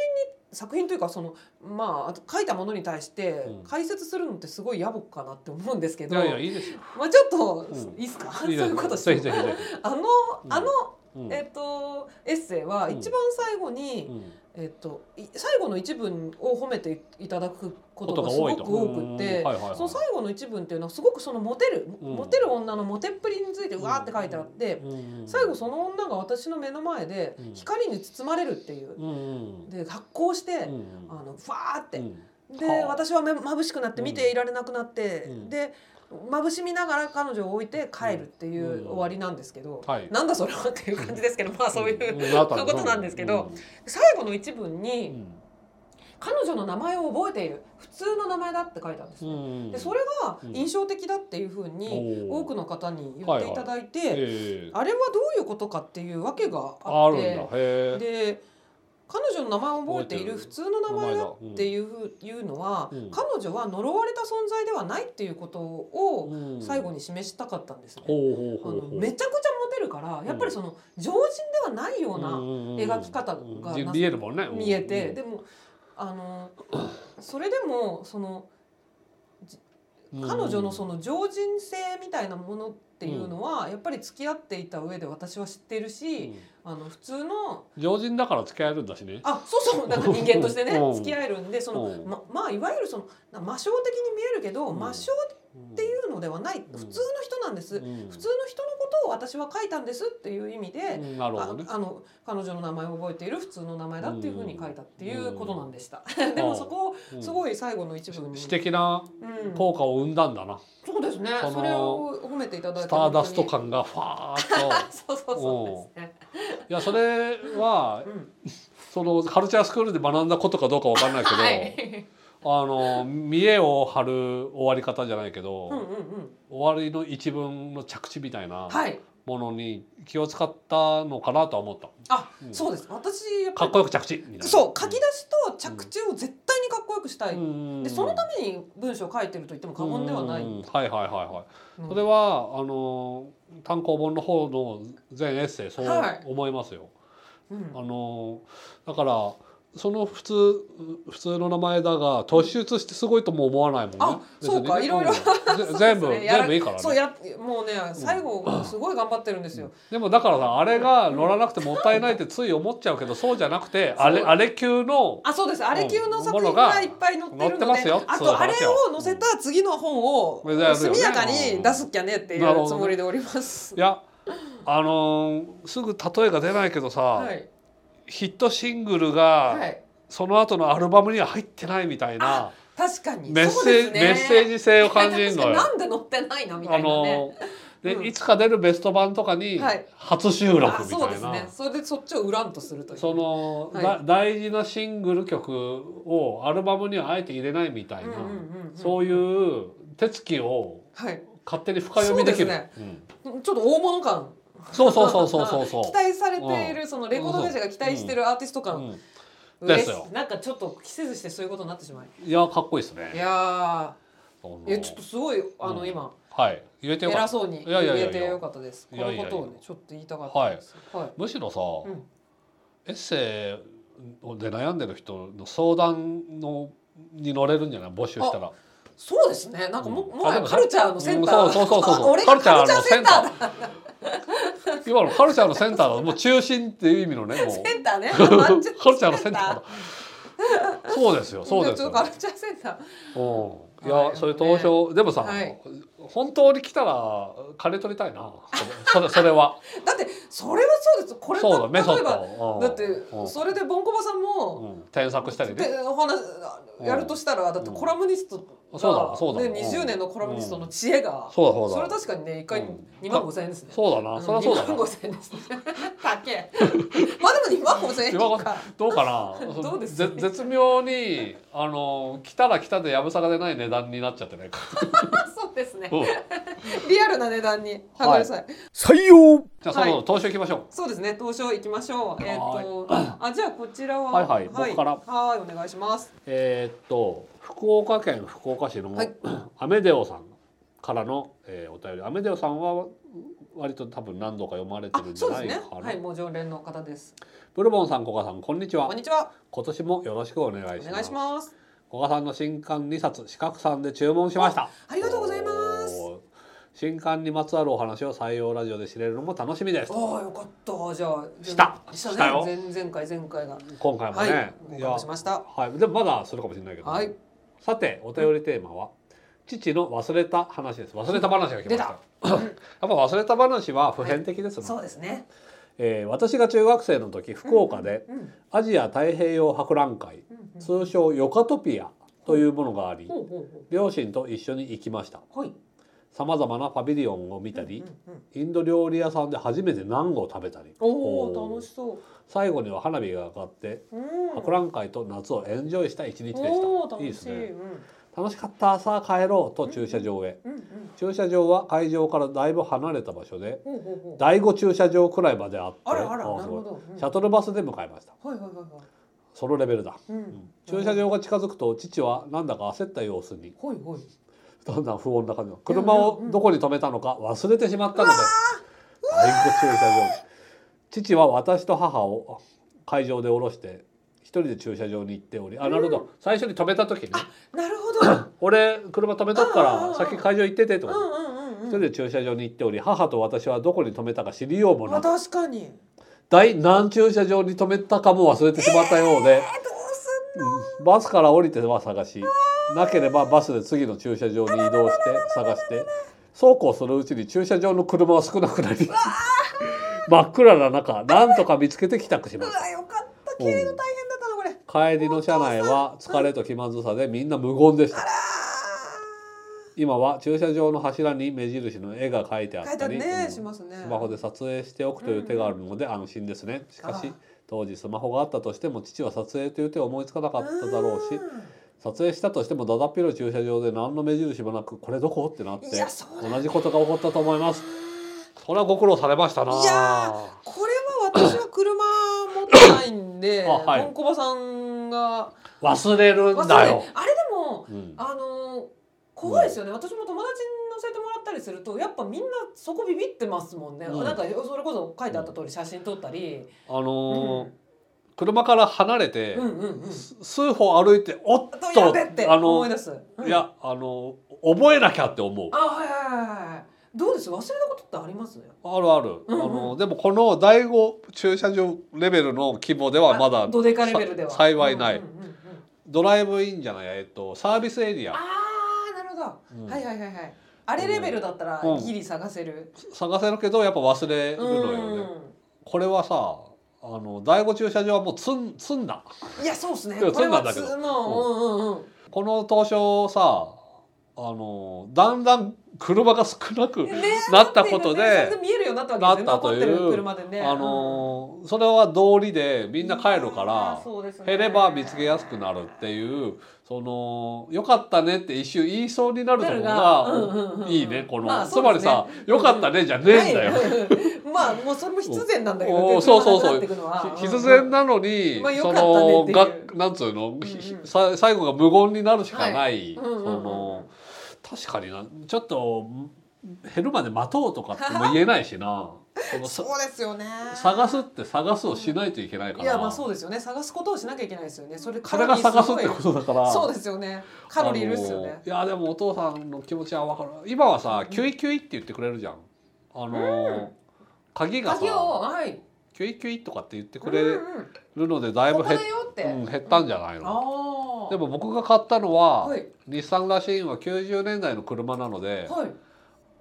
Speaker 2: 作品というかそのまああと書いたものに対して
Speaker 3: うん
Speaker 2: 解説するのってすごい野暮かなって思うんですけ
Speaker 3: い
Speaker 2: ど、
Speaker 3: やいやいいですよ。
Speaker 2: まあちょっと、
Speaker 3: うん
Speaker 2: いいですか
Speaker 3: いい
Speaker 2: そうい
Speaker 3: です
Speaker 2: う
Speaker 3: よ
Speaker 2: ことし
Speaker 3: ぜひ
Speaker 2: て
Speaker 3: ぜひぜ
Speaker 2: あの
Speaker 3: うん
Speaker 2: あの、
Speaker 3: ひ。うん
Speaker 2: えっとエッセイは一番最後に、
Speaker 3: うん
Speaker 2: えっと、い最後の一文を褒めていただくことがすご
Speaker 3: と
Speaker 2: く多く
Speaker 3: う
Speaker 2: て
Speaker 3: んはいはいはい
Speaker 2: その最後の一文っていうのはすごくそのモテる、
Speaker 3: うん
Speaker 2: モテる女のモテっぷりについてうわーって書いてあって、
Speaker 3: うんうん
Speaker 2: 最後その女が私の目の前で
Speaker 3: うん
Speaker 2: 光に包まれるっていう、
Speaker 3: うんうん
Speaker 2: で発光して、
Speaker 3: うん
Speaker 2: あのふわーって、
Speaker 3: うん
Speaker 2: で
Speaker 3: はあ
Speaker 2: 私はめ眩しくなって見ていられなくなって、
Speaker 3: うん
Speaker 2: で眩しみながら彼女を置いて帰るっていう
Speaker 3: うん
Speaker 2: 終わりなんですけど、
Speaker 3: はい
Speaker 2: なんだそれはっていう感じですけどまあそういう、
Speaker 3: んなった
Speaker 2: そういうことなんですけど (laughs) 最後の一文に、彼女の名前を覚えている普通の名前だって書いたんです
Speaker 3: う
Speaker 2: ね、
Speaker 3: んうん
Speaker 2: でそれが印象的だっていうふうに
Speaker 3: うん
Speaker 2: 多くの方に言っていただいて、
Speaker 3: ええ
Speaker 2: あれはどういうことかっていうわけが
Speaker 3: あ
Speaker 2: あっ
Speaker 3: るん
Speaker 2: て
Speaker 3: だへえ
Speaker 2: で彼女の名前を覚えている
Speaker 3: 覚えてる
Speaker 2: 普通の名前だっていうふういうのは、
Speaker 3: うん
Speaker 2: 彼女は呪われた存在ではないっていうことを
Speaker 3: うん
Speaker 2: 最後に示したかったんですね。
Speaker 3: ほうほうほ
Speaker 2: あ
Speaker 3: う
Speaker 2: の
Speaker 3: ほう
Speaker 2: めちゃくちゃモテるからやっぱりその常人ではないような描き方が
Speaker 3: うん
Speaker 2: な
Speaker 3: 見えるもんね
Speaker 2: 見えて、
Speaker 3: うん
Speaker 2: でもあのそれでもその彼女のその常人性みたいなものっていうのは、やっぱり付き合っていた上で私は知ってる
Speaker 3: う
Speaker 2: し、
Speaker 3: ん
Speaker 2: あの普通の
Speaker 3: 常人だから付き合えるんだしね
Speaker 2: あそうそうなん
Speaker 3: (laughs)
Speaker 2: か人間としてね
Speaker 3: うん
Speaker 2: 付き合えるんでその
Speaker 3: うん
Speaker 2: ままあいわゆるそのな魔性的に見えるけど
Speaker 3: うん
Speaker 2: 魔性っていうのではない
Speaker 3: ん
Speaker 2: 普通の人なんです、
Speaker 3: うん
Speaker 2: 普通の人のことを私は書いたんですっていう意味で。
Speaker 3: うんなるほどね
Speaker 2: ああの彼女の名前を覚えている普通の名前だっていうふうに書いたっていうことなんでした、 (laughs) でもそこをすごい最後の一部に、
Speaker 3: 詩的な
Speaker 2: うん、
Speaker 3: 効果を生んだんだな
Speaker 2: そうですね
Speaker 3: その
Speaker 2: それを褒めていただいて
Speaker 3: スターダスト
Speaker 2: 本
Speaker 3: 感がファーッと
Speaker 2: 当にそうそうそうですね、
Speaker 3: いやそれは
Speaker 2: うん、
Speaker 3: そのカルチャースクールで学んだことかどうかわかんないけど、
Speaker 2: はい
Speaker 3: あの見栄を張る終わり方じゃないけ
Speaker 2: う
Speaker 3: ど、
Speaker 2: んうんうん
Speaker 3: 終わりの一文の着地みたいな
Speaker 2: はい
Speaker 3: ものに気を使ったのかなとは思った。
Speaker 2: あ、
Speaker 3: うん
Speaker 2: そうです私やっぱ
Speaker 3: かっ
Speaker 2: り
Speaker 3: こよく着地みたいな。
Speaker 2: そう書き出しと着地を絶対にかっこよくしたい、
Speaker 3: うん
Speaker 2: でそのために文章を書いてると言っても過言ではない、
Speaker 3: うんはいはいはいはい。
Speaker 2: うん
Speaker 3: それはあの単行本の方の全エッセイそう
Speaker 2: はい
Speaker 3: 思いますよ。
Speaker 2: うん
Speaker 3: あのだからその普通普通の名前だが突出してすごいとも思わないもんね。
Speaker 2: あ
Speaker 3: 別にね
Speaker 2: そうかいろいろ
Speaker 3: んぜ全部
Speaker 2: (laughs) そうですねやら
Speaker 3: 全部いいからね。
Speaker 2: そうやもうね最後すごい頑張ってるんですよ、
Speaker 3: でもだからさあれが乗らなくてもったいないってつい思っちゃうけどそうじゃなくて
Speaker 2: そう
Speaker 3: あれあれ級の
Speaker 2: あそうですあれ級の作
Speaker 3: もの
Speaker 2: 品
Speaker 3: が
Speaker 2: がいっぱい載ってるので
Speaker 3: 載ってますよ
Speaker 2: あ
Speaker 3: そういう
Speaker 2: とあれ
Speaker 3: 話よ
Speaker 2: を載せた次の本を
Speaker 3: うんやるよね
Speaker 2: 速やかに出すっきゃねってい
Speaker 3: なるほど
Speaker 2: う
Speaker 3: ね
Speaker 2: つもりでおります
Speaker 3: い。やあのーすぐ例えが出ないけどさ、
Speaker 2: はい
Speaker 3: ヒットシングル
Speaker 2: は
Speaker 3: が
Speaker 2: い
Speaker 3: その後のアルバムには入ってないみたいな
Speaker 2: あ確かに
Speaker 3: メッセージ、
Speaker 2: そうですね
Speaker 3: メッセージ性を感じるのよ。
Speaker 2: (laughs) なんで載ってないのみた
Speaker 3: あ
Speaker 2: いなね。
Speaker 3: のーで、
Speaker 2: うん
Speaker 3: いつか出るベスト版とかに
Speaker 2: はい
Speaker 3: 初収録みた
Speaker 2: あ
Speaker 3: いな。
Speaker 2: そうですね。それでそっちを売らんとするという。
Speaker 3: その、
Speaker 2: はい
Speaker 3: だ大事なシングル曲をアルバムにはあえて入れないみたいな、
Speaker 2: うんうんうんうん
Speaker 3: そういう手つきを
Speaker 2: はい。
Speaker 3: 勝手に深読みできる
Speaker 2: そうで
Speaker 3: うん
Speaker 2: ちょっと大物感。
Speaker 3: そうそうそうそうそう
Speaker 2: 期
Speaker 3: そ
Speaker 2: 待されているそのレコード会社が期待してるアーティスト
Speaker 3: う、う
Speaker 2: 感。
Speaker 3: ん、
Speaker 2: 嬉
Speaker 3: です
Speaker 2: し
Speaker 3: よ
Speaker 2: い。なんかちょっと着せずしてそういうことになってしまい。
Speaker 3: いやかっこいいです
Speaker 2: い
Speaker 3: ね
Speaker 2: や
Speaker 3: あの
Speaker 2: ー、えちょっとすごいあの今。
Speaker 3: はい言えてよか
Speaker 2: 偉
Speaker 3: った
Speaker 2: そうに
Speaker 3: いやいや
Speaker 2: 言
Speaker 3: いやい
Speaker 2: え
Speaker 3: や
Speaker 2: てよかったです。
Speaker 3: いやいやいや
Speaker 2: このことをねちょっと言いたかったです。はい。
Speaker 3: むしろさ、
Speaker 2: うん
Speaker 3: エッセイで悩んでる人の相談のに乗れるんじゃない募集したら
Speaker 2: そうですね。なんかも
Speaker 3: うん
Speaker 2: もは
Speaker 3: あで
Speaker 2: や
Speaker 3: も
Speaker 2: カルチャーのセンター。
Speaker 3: うんそうそうそうそ
Speaker 2: あ
Speaker 3: う
Speaker 2: 俺がカルチャーセンターだ。
Speaker 3: ー今のカルチャーのセンターだもう中心っていう意味のねもう
Speaker 2: センターね。 (laughs)
Speaker 3: カルチャーのセンターだそうですよそうです
Speaker 2: ちょ
Speaker 3: よ
Speaker 2: っとカルチャーセンター。
Speaker 3: うんい
Speaker 2: は
Speaker 3: や
Speaker 2: い
Speaker 3: それ投票でもさ
Speaker 2: はい
Speaker 3: 本当に来たら金取りたいなそれそれそれは
Speaker 2: だってそれはそうです。 (laughs) これ
Speaker 3: そうだメソ
Speaker 2: 例
Speaker 3: ッ
Speaker 2: えば
Speaker 3: ドうん
Speaker 2: だって
Speaker 3: うん
Speaker 2: それでボンコバさんも。
Speaker 3: うん添削したりね
Speaker 2: でお話やるとしたらだってコラムニスト
Speaker 3: そうだそうだ
Speaker 2: が、ね、20年のコラムニストの知恵が、
Speaker 3: そうだそうだ
Speaker 2: それ確かにね一回
Speaker 3: うん
Speaker 2: 2万5000円ですね。
Speaker 3: そうだなそれはそうだ
Speaker 2: 2万
Speaker 3: な
Speaker 2: 5000円ですね。 (laughs) 高え。まあでも2万5000円
Speaker 3: 今
Speaker 2: と
Speaker 3: ご
Speaker 2: か。
Speaker 3: どうかな
Speaker 2: (laughs) どうです
Speaker 3: ぜ絶妙にあの来たら来たでやぶさかでない値段になっちゃってないか
Speaker 2: そうですね。 (laughs)
Speaker 3: うんじ
Speaker 2: リアルな値段に。はめなさい。
Speaker 1: 採用
Speaker 3: ゃあそろそろ投資行きましょ
Speaker 2: そうですね。東証行きましょう。えっ、
Speaker 3: (clears throat)
Speaker 2: と、あ、じゃあこちらは。
Speaker 3: はいはい僕から
Speaker 2: はーい、お願いします
Speaker 3: う。えーっと福岡県福岡市の
Speaker 2: はい
Speaker 3: (clears throat) アメデオさんからのえーお便りアメデオさんは割と多分何度か読まれて
Speaker 2: あ
Speaker 3: るん、じ
Speaker 2: そ
Speaker 3: ゃ
Speaker 2: うで
Speaker 3: な
Speaker 2: す
Speaker 3: い
Speaker 2: ね。
Speaker 3: かな
Speaker 2: はい、もう常連の方です。
Speaker 3: ブルボンさん古賀さんこんにち
Speaker 2: こ
Speaker 3: は
Speaker 2: んにちは。
Speaker 3: 今年もよろしくお願い
Speaker 2: お
Speaker 3: し
Speaker 2: 願
Speaker 3: ま
Speaker 2: いし
Speaker 3: す
Speaker 2: ます。
Speaker 3: 古賀さんの新刊2冊四角さんで注文しました
Speaker 2: ありがとうございます。
Speaker 3: おー新刊にまつわるお話を採用ラジオで知れるのも楽しみです
Speaker 2: ああ、よかった。じゃあ。
Speaker 3: した
Speaker 2: した
Speaker 3: したよ
Speaker 2: ね。前々回、前回が。
Speaker 3: 今回も
Speaker 2: はい。
Speaker 3: ね、
Speaker 2: お
Speaker 3: い
Speaker 2: 願
Speaker 3: や
Speaker 2: いしました。
Speaker 3: はい、でもまだするかもしれないけど、
Speaker 2: はい。
Speaker 3: さてお便りテーマは、父の忘れた話です忘れた話が来ました
Speaker 2: 出た
Speaker 3: (laughs) やっぱ忘れた話は普遍的ですもん、
Speaker 2: そうですね。
Speaker 3: えー私が中学生の時福岡で
Speaker 2: うん。
Speaker 3: アジア太平洋博覧会
Speaker 2: うんうん
Speaker 3: 通称ヨカトピアというものがあり
Speaker 2: ほうほう
Speaker 3: 両親と一緒に行きました
Speaker 2: ほう。はい。
Speaker 3: さまざまなパビリオンを見たり
Speaker 2: うんうん
Speaker 3: インド料理屋さんで初めてナンゴを食べたり
Speaker 2: お
Speaker 3: おー
Speaker 2: お、楽しそう。
Speaker 3: 最後には花火が上がって
Speaker 2: うん。
Speaker 3: 博覧会と夏をエンジョイした一日でした
Speaker 2: おお、
Speaker 3: いい
Speaker 2: 楽
Speaker 3: で
Speaker 2: し
Speaker 3: す
Speaker 2: い。
Speaker 3: ね
Speaker 2: うん
Speaker 3: 楽しかったさあ帰ろうと駐車場へ
Speaker 2: うんうん。
Speaker 3: 駐車場は会場からだいぶ離れた場所で
Speaker 2: ほうほうほう。
Speaker 3: 第5駐車場くらいまであって
Speaker 2: あらあら、
Speaker 3: あ
Speaker 2: な
Speaker 3: す
Speaker 2: るほ
Speaker 3: ごい
Speaker 2: ど。うん
Speaker 3: シャトルバスで向かいました
Speaker 2: はいはいはいはい。
Speaker 3: そのレベルだ、
Speaker 2: う
Speaker 3: うん
Speaker 2: ん。
Speaker 3: 駐車場が近づくと父はなんだか焦った様子に
Speaker 2: ほいほい。
Speaker 3: だんだん不穏な感じの車をどこに止めたのか忘れてしまったのです第5駐車場に父は私と母を会場で降ろして一人で駐車場に行っておりあなるほど最初に止めた時に
Speaker 2: なるほど。
Speaker 3: 俺車止めとくか
Speaker 2: うんうんう
Speaker 3: ら
Speaker 2: ん
Speaker 3: 先会場行っててってこ
Speaker 2: う
Speaker 3: と
Speaker 2: んうんうん
Speaker 3: 一
Speaker 2: う
Speaker 3: 人
Speaker 2: ん。
Speaker 3: で駐車場に行っており母と私はどこに止めたか知りようも
Speaker 2: ま
Speaker 3: な
Speaker 2: あ
Speaker 3: く
Speaker 2: 確かに。
Speaker 3: 第何駐車場に止めたかも忘れてしまったようで
Speaker 2: えどうす
Speaker 3: うんバスから降りては探しなければバスで次の駐車場に移動して探してそうこうするうちに駐車場の車は少なくなり真っ暗な中なんとか見つけて帰宅しま
Speaker 2: ん
Speaker 3: し
Speaker 2: の。う
Speaker 3: た
Speaker 2: わよかった。経営の大変だったなこれ。
Speaker 3: 帰りの車内は疲れと気まずさでみんな無言でした今は駐車場の柱に目印の絵が描いてあ
Speaker 2: あ
Speaker 3: っ
Speaker 2: ー書い
Speaker 3: た
Speaker 2: た
Speaker 3: り
Speaker 2: ね
Speaker 3: うん
Speaker 2: しますね。
Speaker 3: スマホで撮影しておくという手があるので安心ですね。しか
Speaker 2: あ
Speaker 3: し
Speaker 2: あ
Speaker 3: 当時スマホがあったとしても父は撮影という手を思いつかなかっただろうし撮影したとしてもだだっ広い駐車場で何の目印もなくこれどこってなって
Speaker 2: いやそうだ
Speaker 3: 同じことが起こったと思います。それはご苦労されましたな。
Speaker 2: いやこれは私は車持ってないんで、
Speaker 3: あはい
Speaker 2: ボンコバさんが
Speaker 3: 忘れるんだよ
Speaker 2: 忘れ。あれでも
Speaker 3: うん
Speaker 2: あのー怖いですよね、私も友達に載せてもらったりするとやっぱみんなそこビビってますもんね、
Speaker 3: うん
Speaker 2: なんかそれこそ書いてあった通り写真撮ったり、
Speaker 3: あのー
Speaker 2: うん
Speaker 3: 車から離れて、
Speaker 2: うんうんうん
Speaker 3: す数歩歩いておっ
Speaker 2: と
Speaker 3: と
Speaker 2: やべって
Speaker 3: あの
Speaker 2: 思い出す、うん
Speaker 3: いやあの覚えなきゃって思う。
Speaker 2: あはいはいはいはいどうです忘れたことってあります
Speaker 3: あるある、
Speaker 2: うんうん
Speaker 3: あのでもこの第五駐車場レベルの規模ではまだ
Speaker 2: あドデカレベルでは
Speaker 3: さ幸いない、
Speaker 2: うんうんうんうん
Speaker 3: ドライブインじゃないえっとサービスエリ
Speaker 2: あ
Speaker 3: ア、
Speaker 2: あなるほど、
Speaker 3: うん
Speaker 2: はいはいはいはいあれレベルだったら
Speaker 3: うん
Speaker 2: ギリ探せる、
Speaker 3: 探せるけどやっぱ忘れる
Speaker 2: う
Speaker 3: の
Speaker 2: ん
Speaker 3: よね、これはさあの第五駐車場はもう積ん積んだ
Speaker 2: いやそうですね
Speaker 3: いや
Speaker 2: これは
Speaker 3: そうな
Speaker 2: つもううんうんうん
Speaker 3: この東証さあのだんだん車が少なく
Speaker 2: ね
Speaker 3: (laughs) なったことで、
Speaker 2: それ見えるようになったわけですね
Speaker 3: なったと
Speaker 2: 残
Speaker 3: いう
Speaker 2: ってる車でね
Speaker 3: あのそれは道理でみんな帰るか
Speaker 2: あー
Speaker 3: ら
Speaker 2: そうですね
Speaker 3: 減れば見つけやすくなるっていうその「よかったね」って一周言いそうになるところ
Speaker 2: なるがうんうんうん
Speaker 3: がいいねこの、
Speaker 2: まあ
Speaker 3: つまりさ「よかったね」じゃねえんだよ。
Speaker 2: よ (laughs) まあもうそれも必然なんだけど
Speaker 3: おー
Speaker 2: ね
Speaker 3: そうそうそう
Speaker 2: 車の中になってくのは
Speaker 3: ひ必然なのに、
Speaker 2: まあよか
Speaker 3: そ
Speaker 2: った
Speaker 3: の
Speaker 2: ねっていう
Speaker 3: がなんつうの、ひひさ最後が無言になるしかな、
Speaker 2: はいうんうんうん
Speaker 3: その確かになちょっと減るまで待とうとかっても言えないしなそのさ
Speaker 2: そうですよね
Speaker 3: 探すって探すをしないといけないから
Speaker 2: いやまあそうですよね探すことをしなきゃいけないですよねそれ
Speaker 3: それが探すってこととだから
Speaker 2: そうですよねカロリーいるっすよね
Speaker 3: あのいやでもお父さんの気持ちは分かる今はさ「キュイキュイ」って言ってくれるじゃんあの、鍵がさ
Speaker 2: 鍵をはい
Speaker 3: キュイキュイとかって言ってく
Speaker 2: こ
Speaker 3: れる
Speaker 2: うん、
Speaker 3: のでだい
Speaker 2: こ
Speaker 3: ぶ
Speaker 2: こ
Speaker 3: 減っ
Speaker 2: だよって、
Speaker 3: うん、減ったんじゃないの、
Speaker 2: ああ
Speaker 3: でも僕が買ったのは、
Speaker 2: はい
Speaker 3: 日産らしいのは90年代の車なので、
Speaker 2: はい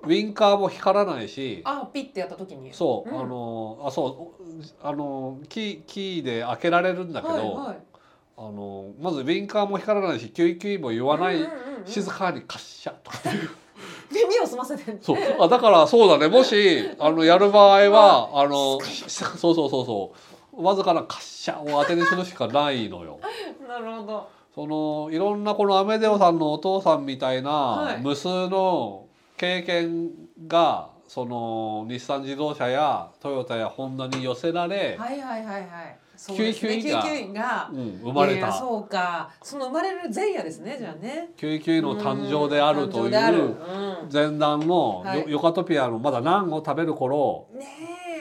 Speaker 3: ウィンカーも光らないし
Speaker 2: あピッてやった時に
Speaker 3: そう、
Speaker 2: うん
Speaker 3: あのあそうあのキーキーで開けられるんだけど、
Speaker 2: はいはい、
Speaker 3: あのまずウィンカーも光らないしキュイキュイも言わない、
Speaker 2: うんうんうん、
Speaker 3: 静かにカッシャとかっていう
Speaker 2: 耳を澄ませて
Speaker 3: そうあだからそうだねもしあのやる場合はあのそうそうそうそうわずかなカッシャを当てにするしかないのよ。
Speaker 2: なるほど
Speaker 3: そのいろんなこのアメデオさんのお父さんみたい
Speaker 2: は
Speaker 3: ない無数の経験がその日産自動車やトヨタやホンダに寄せられ、
Speaker 2: はいはいはいはいそうですね
Speaker 3: 救急医が
Speaker 2: 救急医が
Speaker 3: うん、生まれ
Speaker 2: いや
Speaker 3: た
Speaker 2: そうかその生まれる前夜ですねじゃあね
Speaker 3: 救急医の誕生であると
Speaker 2: うん誕生
Speaker 3: い
Speaker 2: である
Speaker 3: う
Speaker 2: う
Speaker 3: 前段の
Speaker 2: は
Speaker 3: ヨ
Speaker 2: い
Speaker 3: ヨカトピアのまだナンを食べる頃
Speaker 2: んね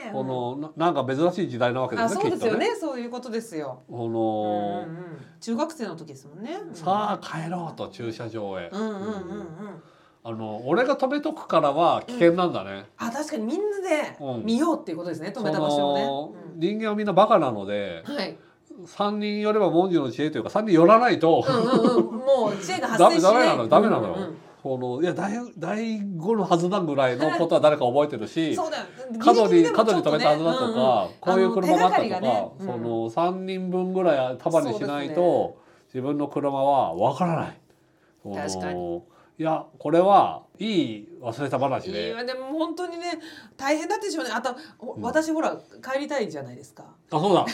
Speaker 2: え
Speaker 3: このななんか珍しい時代なわけで
Speaker 2: あ
Speaker 3: すね
Speaker 2: そう
Speaker 3: き
Speaker 2: で
Speaker 3: っ
Speaker 2: す
Speaker 3: と
Speaker 2: よ
Speaker 3: ね。
Speaker 2: ねそういうことですよ
Speaker 3: こ
Speaker 2: うん
Speaker 3: の
Speaker 2: うんうん中学生の時ですもんね
Speaker 3: さあ帰ろうと駐車場へ、
Speaker 2: うんうんうんうん
Speaker 3: あの俺が止めとくからは危険なんだね、
Speaker 2: あ確かにみんなで
Speaker 3: うん
Speaker 2: 見ようっていうことですね止めた場所をね
Speaker 3: その人間はみんなバカなので
Speaker 2: うんはい
Speaker 3: 3人寄れば文字の知恵というか3人寄らないと、
Speaker 2: うんうんうんもう知恵が発
Speaker 3: ダメ
Speaker 2: 生し
Speaker 3: ダ
Speaker 2: な
Speaker 3: メないのよダメなのよ、
Speaker 2: うんうん
Speaker 3: このいや第第5のはずだぐらいのことは誰か覚えてる
Speaker 2: うん
Speaker 3: し
Speaker 2: そうだよ
Speaker 3: 角
Speaker 2: ギリギリで
Speaker 3: に
Speaker 2: も
Speaker 3: 角
Speaker 2: ちょ
Speaker 3: に
Speaker 2: っと
Speaker 3: 止
Speaker 2: ね
Speaker 3: めたはずだとか、
Speaker 2: うんうん
Speaker 3: こういう車があっ
Speaker 2: あの手がか
Speaker 3: たとか、
Speaker 2: りがねうん
Speaker 3: その3人分ぐらい束にしないと、自分の車はわからない。その
Speaker 2: 確か
Speaker 3: いやこれはいい忘れた話
Speaker 2: い
Speaker 3: で
Speaker 2: やでも本当にね大変だってしょうねあと、お
Speaker 3: うん
Speaker 2: 私ほら帰りたいじゃないですか
Speaker 3: あそう (laughs) だ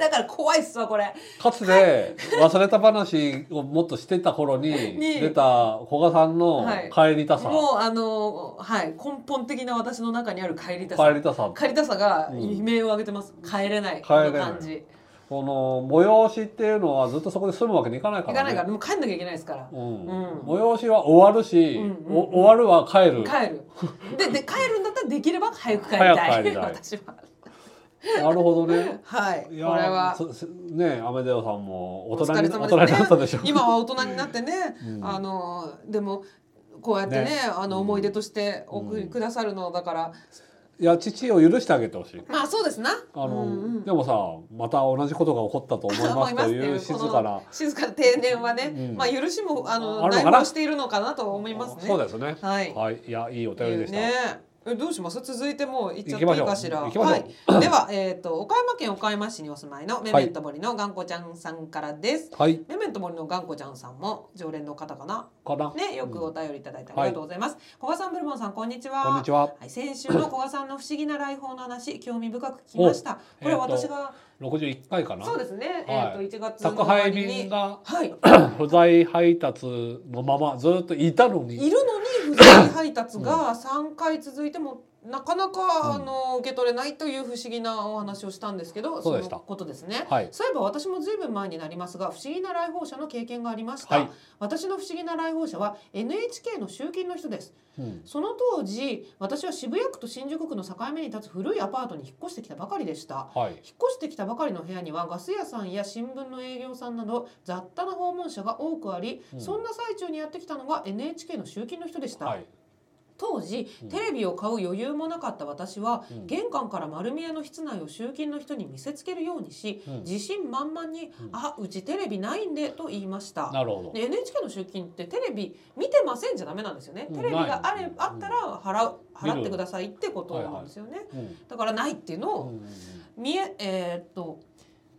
Speaker 2: だから怖いっすわこれ
Speaker 3: かつて忘れた話をもっとしてた頃に
Speaker 2: に
Speaker 3: 出た古賀さんの帰りたさ、
Speaker 2: もうあのはい根本的な私の中にある帰りた
Speaker 3: 帰
Speaker 2: さ
Speaker 3: りたさ
Speaker 2: 帰りたさが
Speaker 3: うん
Speaker 2: 悲鳴を上げてます、帰れない
Speaker 3: 帰れない
Speaker 2: この感じ
Speaker 3: この催しっていうのはずっとそこで住むわけにいかないか
Speaker 2: 行
Speaker 3: ら
Speaker 2: か
Speaker 3: ね
Speaker 2: ないからもう帰んなきゃいけないですから
Speaker 3: うん
Speaker 2: うん
Speaker 3: 催しは終わるし、
Speaker 2: うんうん
Speaker 3: お終わるは帰る
Speaker 2: 帰るでで帰るんだったらできれば早く帰りた
Speaker 3: 早
Speaker 2: い
Speaker 3: く帰りたい
Speaker 2: (laughs) 私は
Speaker 3: なる
Speaker 2: (laughs)
Speaker 3: ほどね
Speaker 2: はいこ
Speaker 3: い
Speaker 2: れ
Speaker 3: や
Speaker 2: は
Speaker 3: そそねアメデオさんも大人に,、
Speaker 2: お
Speaker 3: 大
Speaker 2: 疲
Speaker 3: 人
Speaker 2: れ様
Speaker 3: に
Speaker 2: ですね
Speaker 3: なったでしょ
Speaker 2: (laughs) 今は大人になってね、
Speaker 3: うん
Speaker 2: あのでもこうやってね
Speaker 3: ね
Speaker 2: あ
Speaker 3: う
Speaker 2: の
Speaker 3: ん
Speaker 2: 思い出としてお送りくださるのだから、
Speaker 3: いや父を許してあげてほしい
Speaker 2: まあそうですな
Speaker 3: あの、
Speaker 2: うんうん
Speaker 3: でもさまた同じことが起こったと思いますという
Speaker 2: って
Speaker 3: 静
Speaker 2: う
Speaker 3: か
Speaker 2: こ
Speaker 3: な
Speaker 2: の静かな定年はね、
Speaker 3: うん
Speaker 2: まあ許しもあの
Speaker 3: あるの
Speaker 2: 内
Speaker 3: かな
Speaker 2: 包しているのかなと思いますね
Speaker 3: そうですね
Speaker 2: はい、
Speaker 3: はいいやいいお便りでした、
Speaker 2: ねえどうします続いてもう行っちゃって
Speaker 3: 行き
Speaker 2: い
Speaker 3: ま
Speaker 2: い
Speaker 3: しょう
Speaker 2: かしら
Speaker 3: 行きましょう
Speaker 2: はい、 (coughs) では、えー、と岡山県岡山市にお住まいのメメント森の頑固ちゃんさんからです、
Speaker 3: はい
Speaker 2: メメント森の頑固ちゃんさんも常連の方かな
Speaker 3: かな、
Speaker 2: ね、よくお便りいただいてありがとうございます。古、賀、さん、ブルボンさん、こんにちは。
Speaker 3: こんにちは
Speaker 2: はい、先週の古賀さんの不思議な来訪の話、興味深く聞きました。
Speaker 3: お
Speaker 2: これは
Speaker 3: えーと
Speaker 2: 私が、
Speaker 3: 六十一回かな
Speaker 2: そうですね、
Speaker 3: はい
Speaker 2: えっ、と、一月の
Speaker 3: 宅
Speaker 2: 終わ
Speaker 3: 配
Speaker 2: り
Speaker 3: 便
Speaker 2: に。
Speaker 3: が
Speaker 2: はい、いる
Speaker 3: 不在配達のままずっといたのに
Speaker 2: のに、不在配達
Speaker 3: (coughs)
Speaker 2: が三回続いても。なかなか、あの受け取れないという不思議なお話をしたんですけど、
Speaker 3: そうでした
Speaker 2: のことですね。
Speaker 3: はい
Speaker 2: そういえば私もずいぶん前になりますが不思議な来訪者の経験がありました、
Speaker 3: はい
Speaker 2: 私の不思議な来訪者は NHK の集金の人です
Speaker 3: うん
Speaker 2: その当時私は渋谷区と新宿区の境目に立つ古いアパートに引っ越してきたばかりでした
Speaker 3: は
Speaker 2: 引っ
Speaker 3: い
Speaker 2: 越してきたばかりの部屋にはガス屋さんや新聞の営業さんなど雑多な訪問者が多くあり、
Speaker 3: うん
Speaker 2: そんな最中にやってきたのが NHK の集金の人でした、
Speaker 3: はい
Speaker 2: 当時
Speaker 3: うん
Speaker 2: テレビを買う余裕もなかった私は、
Speaker 3: うん
Speaker 2: 玄関から丸見えの室内を集金の人に見せつけるようにし、
Speaker 3: うん
Speaker 2: 自信満々に「
Speaker 3: うん
Speaker 2: あうちテレビないんで」と言いました
Speaker 3: なるほ
Speaker 2: で NHK の集金ってテレビ見てませんじゃダメなんですよね。
Speaker 3: うん
Speaker 2: テレビがあ
Speaker 3: ない
Speaker 2: れ
Speaker 3: うん
Speaker 2: あったら払う
Speaker 3: 見る
Speaker 2: 払ってくださいってことなんですよね。
Speaker 3: どうん
Speaker 2: だからないっていうの
Speaker 3: うん
Speaker 2: を見ええーっと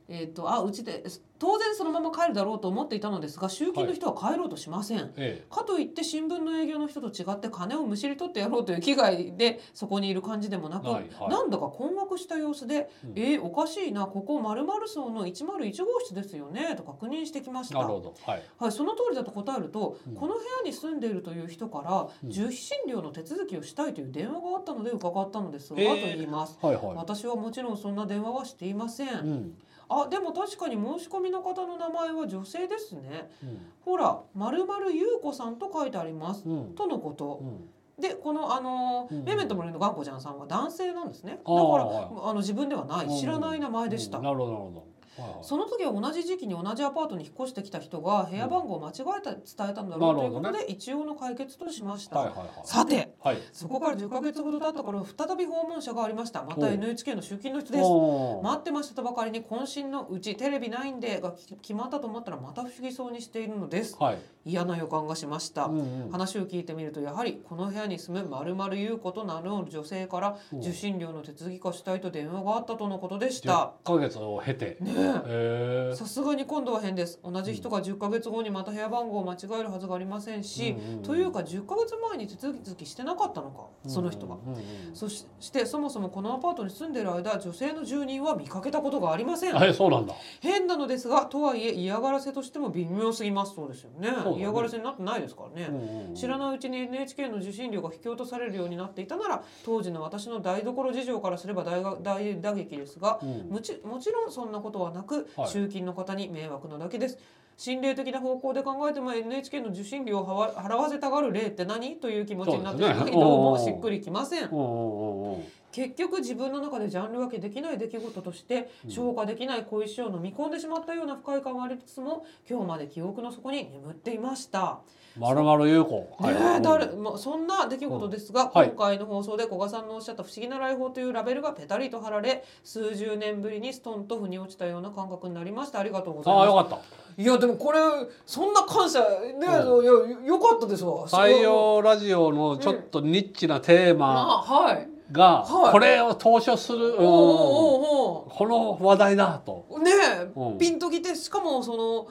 Speaker 2: えーっとあうちで当然そのまま帰るだろうと思っていたのですが集金の人は帰ろうとしません。
Speaker 3: え
Speaker 2: かといって新聞の営業の人と違って金をむしり取ってやろうという気概でそこにいる感じでもなく、
Speaker 3: ないはい
Speaker 2: なんだか困惑した様子で
Speaker 3: う
Speaker 2: 「
Speaker 3: ん
Speaker 2: えーおかしいなここ〇〇層の101号室ですよね」と確認してきまし
Speaker 3: え
Speaker 2: た。
Speaker 3: なるほどはい
Speaker 2: はい、その通りだと答えると、
Speaker 3: うん
Speaker 2: この部屋に住んでいるという人から
Speaker 3: うん
Speaker 2: 受費診療の手続きをしたいという電話があったので伺ったのですが、
Speaker 3: えー
Speaker 2: と言います。
Speaker 3: はいは
Speaker 2: 私はもちろんそんな電話はしていません、
Speaker 3: いうん
Speaker 2: あでも確かに申し込みの方の名前は女性ですね
Speaker 3: うん
Speaker 2: ほら「まるまるゆうこさん」と書いてあります、
Speaker 3: うん
Speaker 2: とのこと
Speaker 3: うん
Speaker 2: でこのあのー
Speaker 3: うん
Speaker 2: メメントモリのがんこちゃんさんは男性なんですねだか
Speaker 3: あ
Speaker 2: ら
Speaker 3: ーはい
Speaker 2: あの自分ではない知らない名前でした、
Speaker 3: うんなるほどなるほどはい
Speaker 2: その時は同じ時期に同じアパートに引っ越してきた人が部屋番号を間違えた伝えたんだろ
Speaker 3: な
Speaker 2: う
Speaker 3: る
Speaker 2: とい
Speaker 3: ほ
Speaker 2: う
Speaker 3: ど
Speaker 2: こ
Speaker 3: ね
Speaker 2: とで、一応の解決としました、
Speaker 3: はいはい
Speaker 2: さて
Speaker 3: はいはい
Speaker 2: そこから10ヶ月ほど経った頃再び訪問者がありましたま
Speaker 3: お
Speaker 2: た
Speaker 3: う
Speaker 2: NHK の集金の人です
Speaker 3: おー
Speaker 2: 待ってましたとばかりに渾身のうちテレビないんでがき決まったと思ったらまた不思議そうにしているのです
Speaker 3: はい
Speaker 2: 嫌な予感がしました、
Speaker 3: うんうん
Speaker 2: 話を聞いてみるとやはりこの部屋に住むまるまる優子と名乗る女性から
Speaker 3: うん
Speaker 2: 受信料の手続き化したいと電話があったとのことでし
Speaker 3: 10
Speaker 2: た。
Speaker 3: ヶ月を経て
Speaker 2: ね
Speaker 3: へえ
Speaker 2: えさすがに今度は変です同じ人が10ヶ月後にまた部屋番号を間違えるはずがありませんし、
Speaker 3: うんうん
Speaker 2: というか10ヶ月前に手続きしてなかったのかその人が。
Speaker 3: うんうんうん
Speaker 2: そししてそもそもこのアパートに住んでいる間女性の住人は見かけたことがありません
Speaker 3: あえそうなんだ
Speaker 2: 変なのですがとはいえ嫌がらせとしても微妙すぎますそうですよね
Speaker 3: だね
Speaker 2: 嫌がらせになってないですからね、知ら
Speaker 3: い
Speaker 2: ないうちに NHK の受信料が引き落とされるようになっていたなら当時の私の台所事情からすれば大が大打撃ですがもちもちろんそんなことはなく、
Speaker 3: はい
Speaker 2: 集金の方に迷惑なだけです心霊的な方向で考えても NHK の受信料をはわ払わせたがる例って何という気持ちになってし
Speaker 3: そう
Speaker 2: ま
Speaker 3: で
Speaker 2: い
Speaker 3: すね
Speaker 2: どう
Speaker 3: お
Speaker 2: も
Speaker 3: ー
Speaker 2: しっくりきません
Speaker 3: うんうんうんうん
Speaker 2: 結局自分の中でジャンル分けできない出来事として消化できない小石を飲み込んでしまったような不快感はありつつも今日まで記憶の底に眠っていました。
Speaker 3: まるまる優子
Speaker 2: ねえ
Speaker 3: はい
Speaker 2: 誰まあ、そんな出来事ですが、
Speaker 3: んはい
Speaker 2: 今回の放送で古賀さんのおっしゃった「不思議な来訪」というラベルがペタリと貼られ数十年ぶりにストンと腑に落ちたような感覚になりましたありがとうござい
Speaker 3: あ
Speaker 2: ま
Speaker 3: あよ
Speaker 2: す
Speaker 3: かった
Speaker 2: いやでもこれそんな感謝ね、いやよかったですわ
Speaker 3: 採用ラジオのちょっとニッチなテーマ
Speaker 2: あはい
Speaker 3: が
Speaker 2: うんはい
Speaker 3: これを投書するうん
Speaker 2: おうおうおう
Speaker 3: この話題だと
Speaker 2: おうねえ、
Speaker 3: うん
Speaker 2: ピンときてしかもその、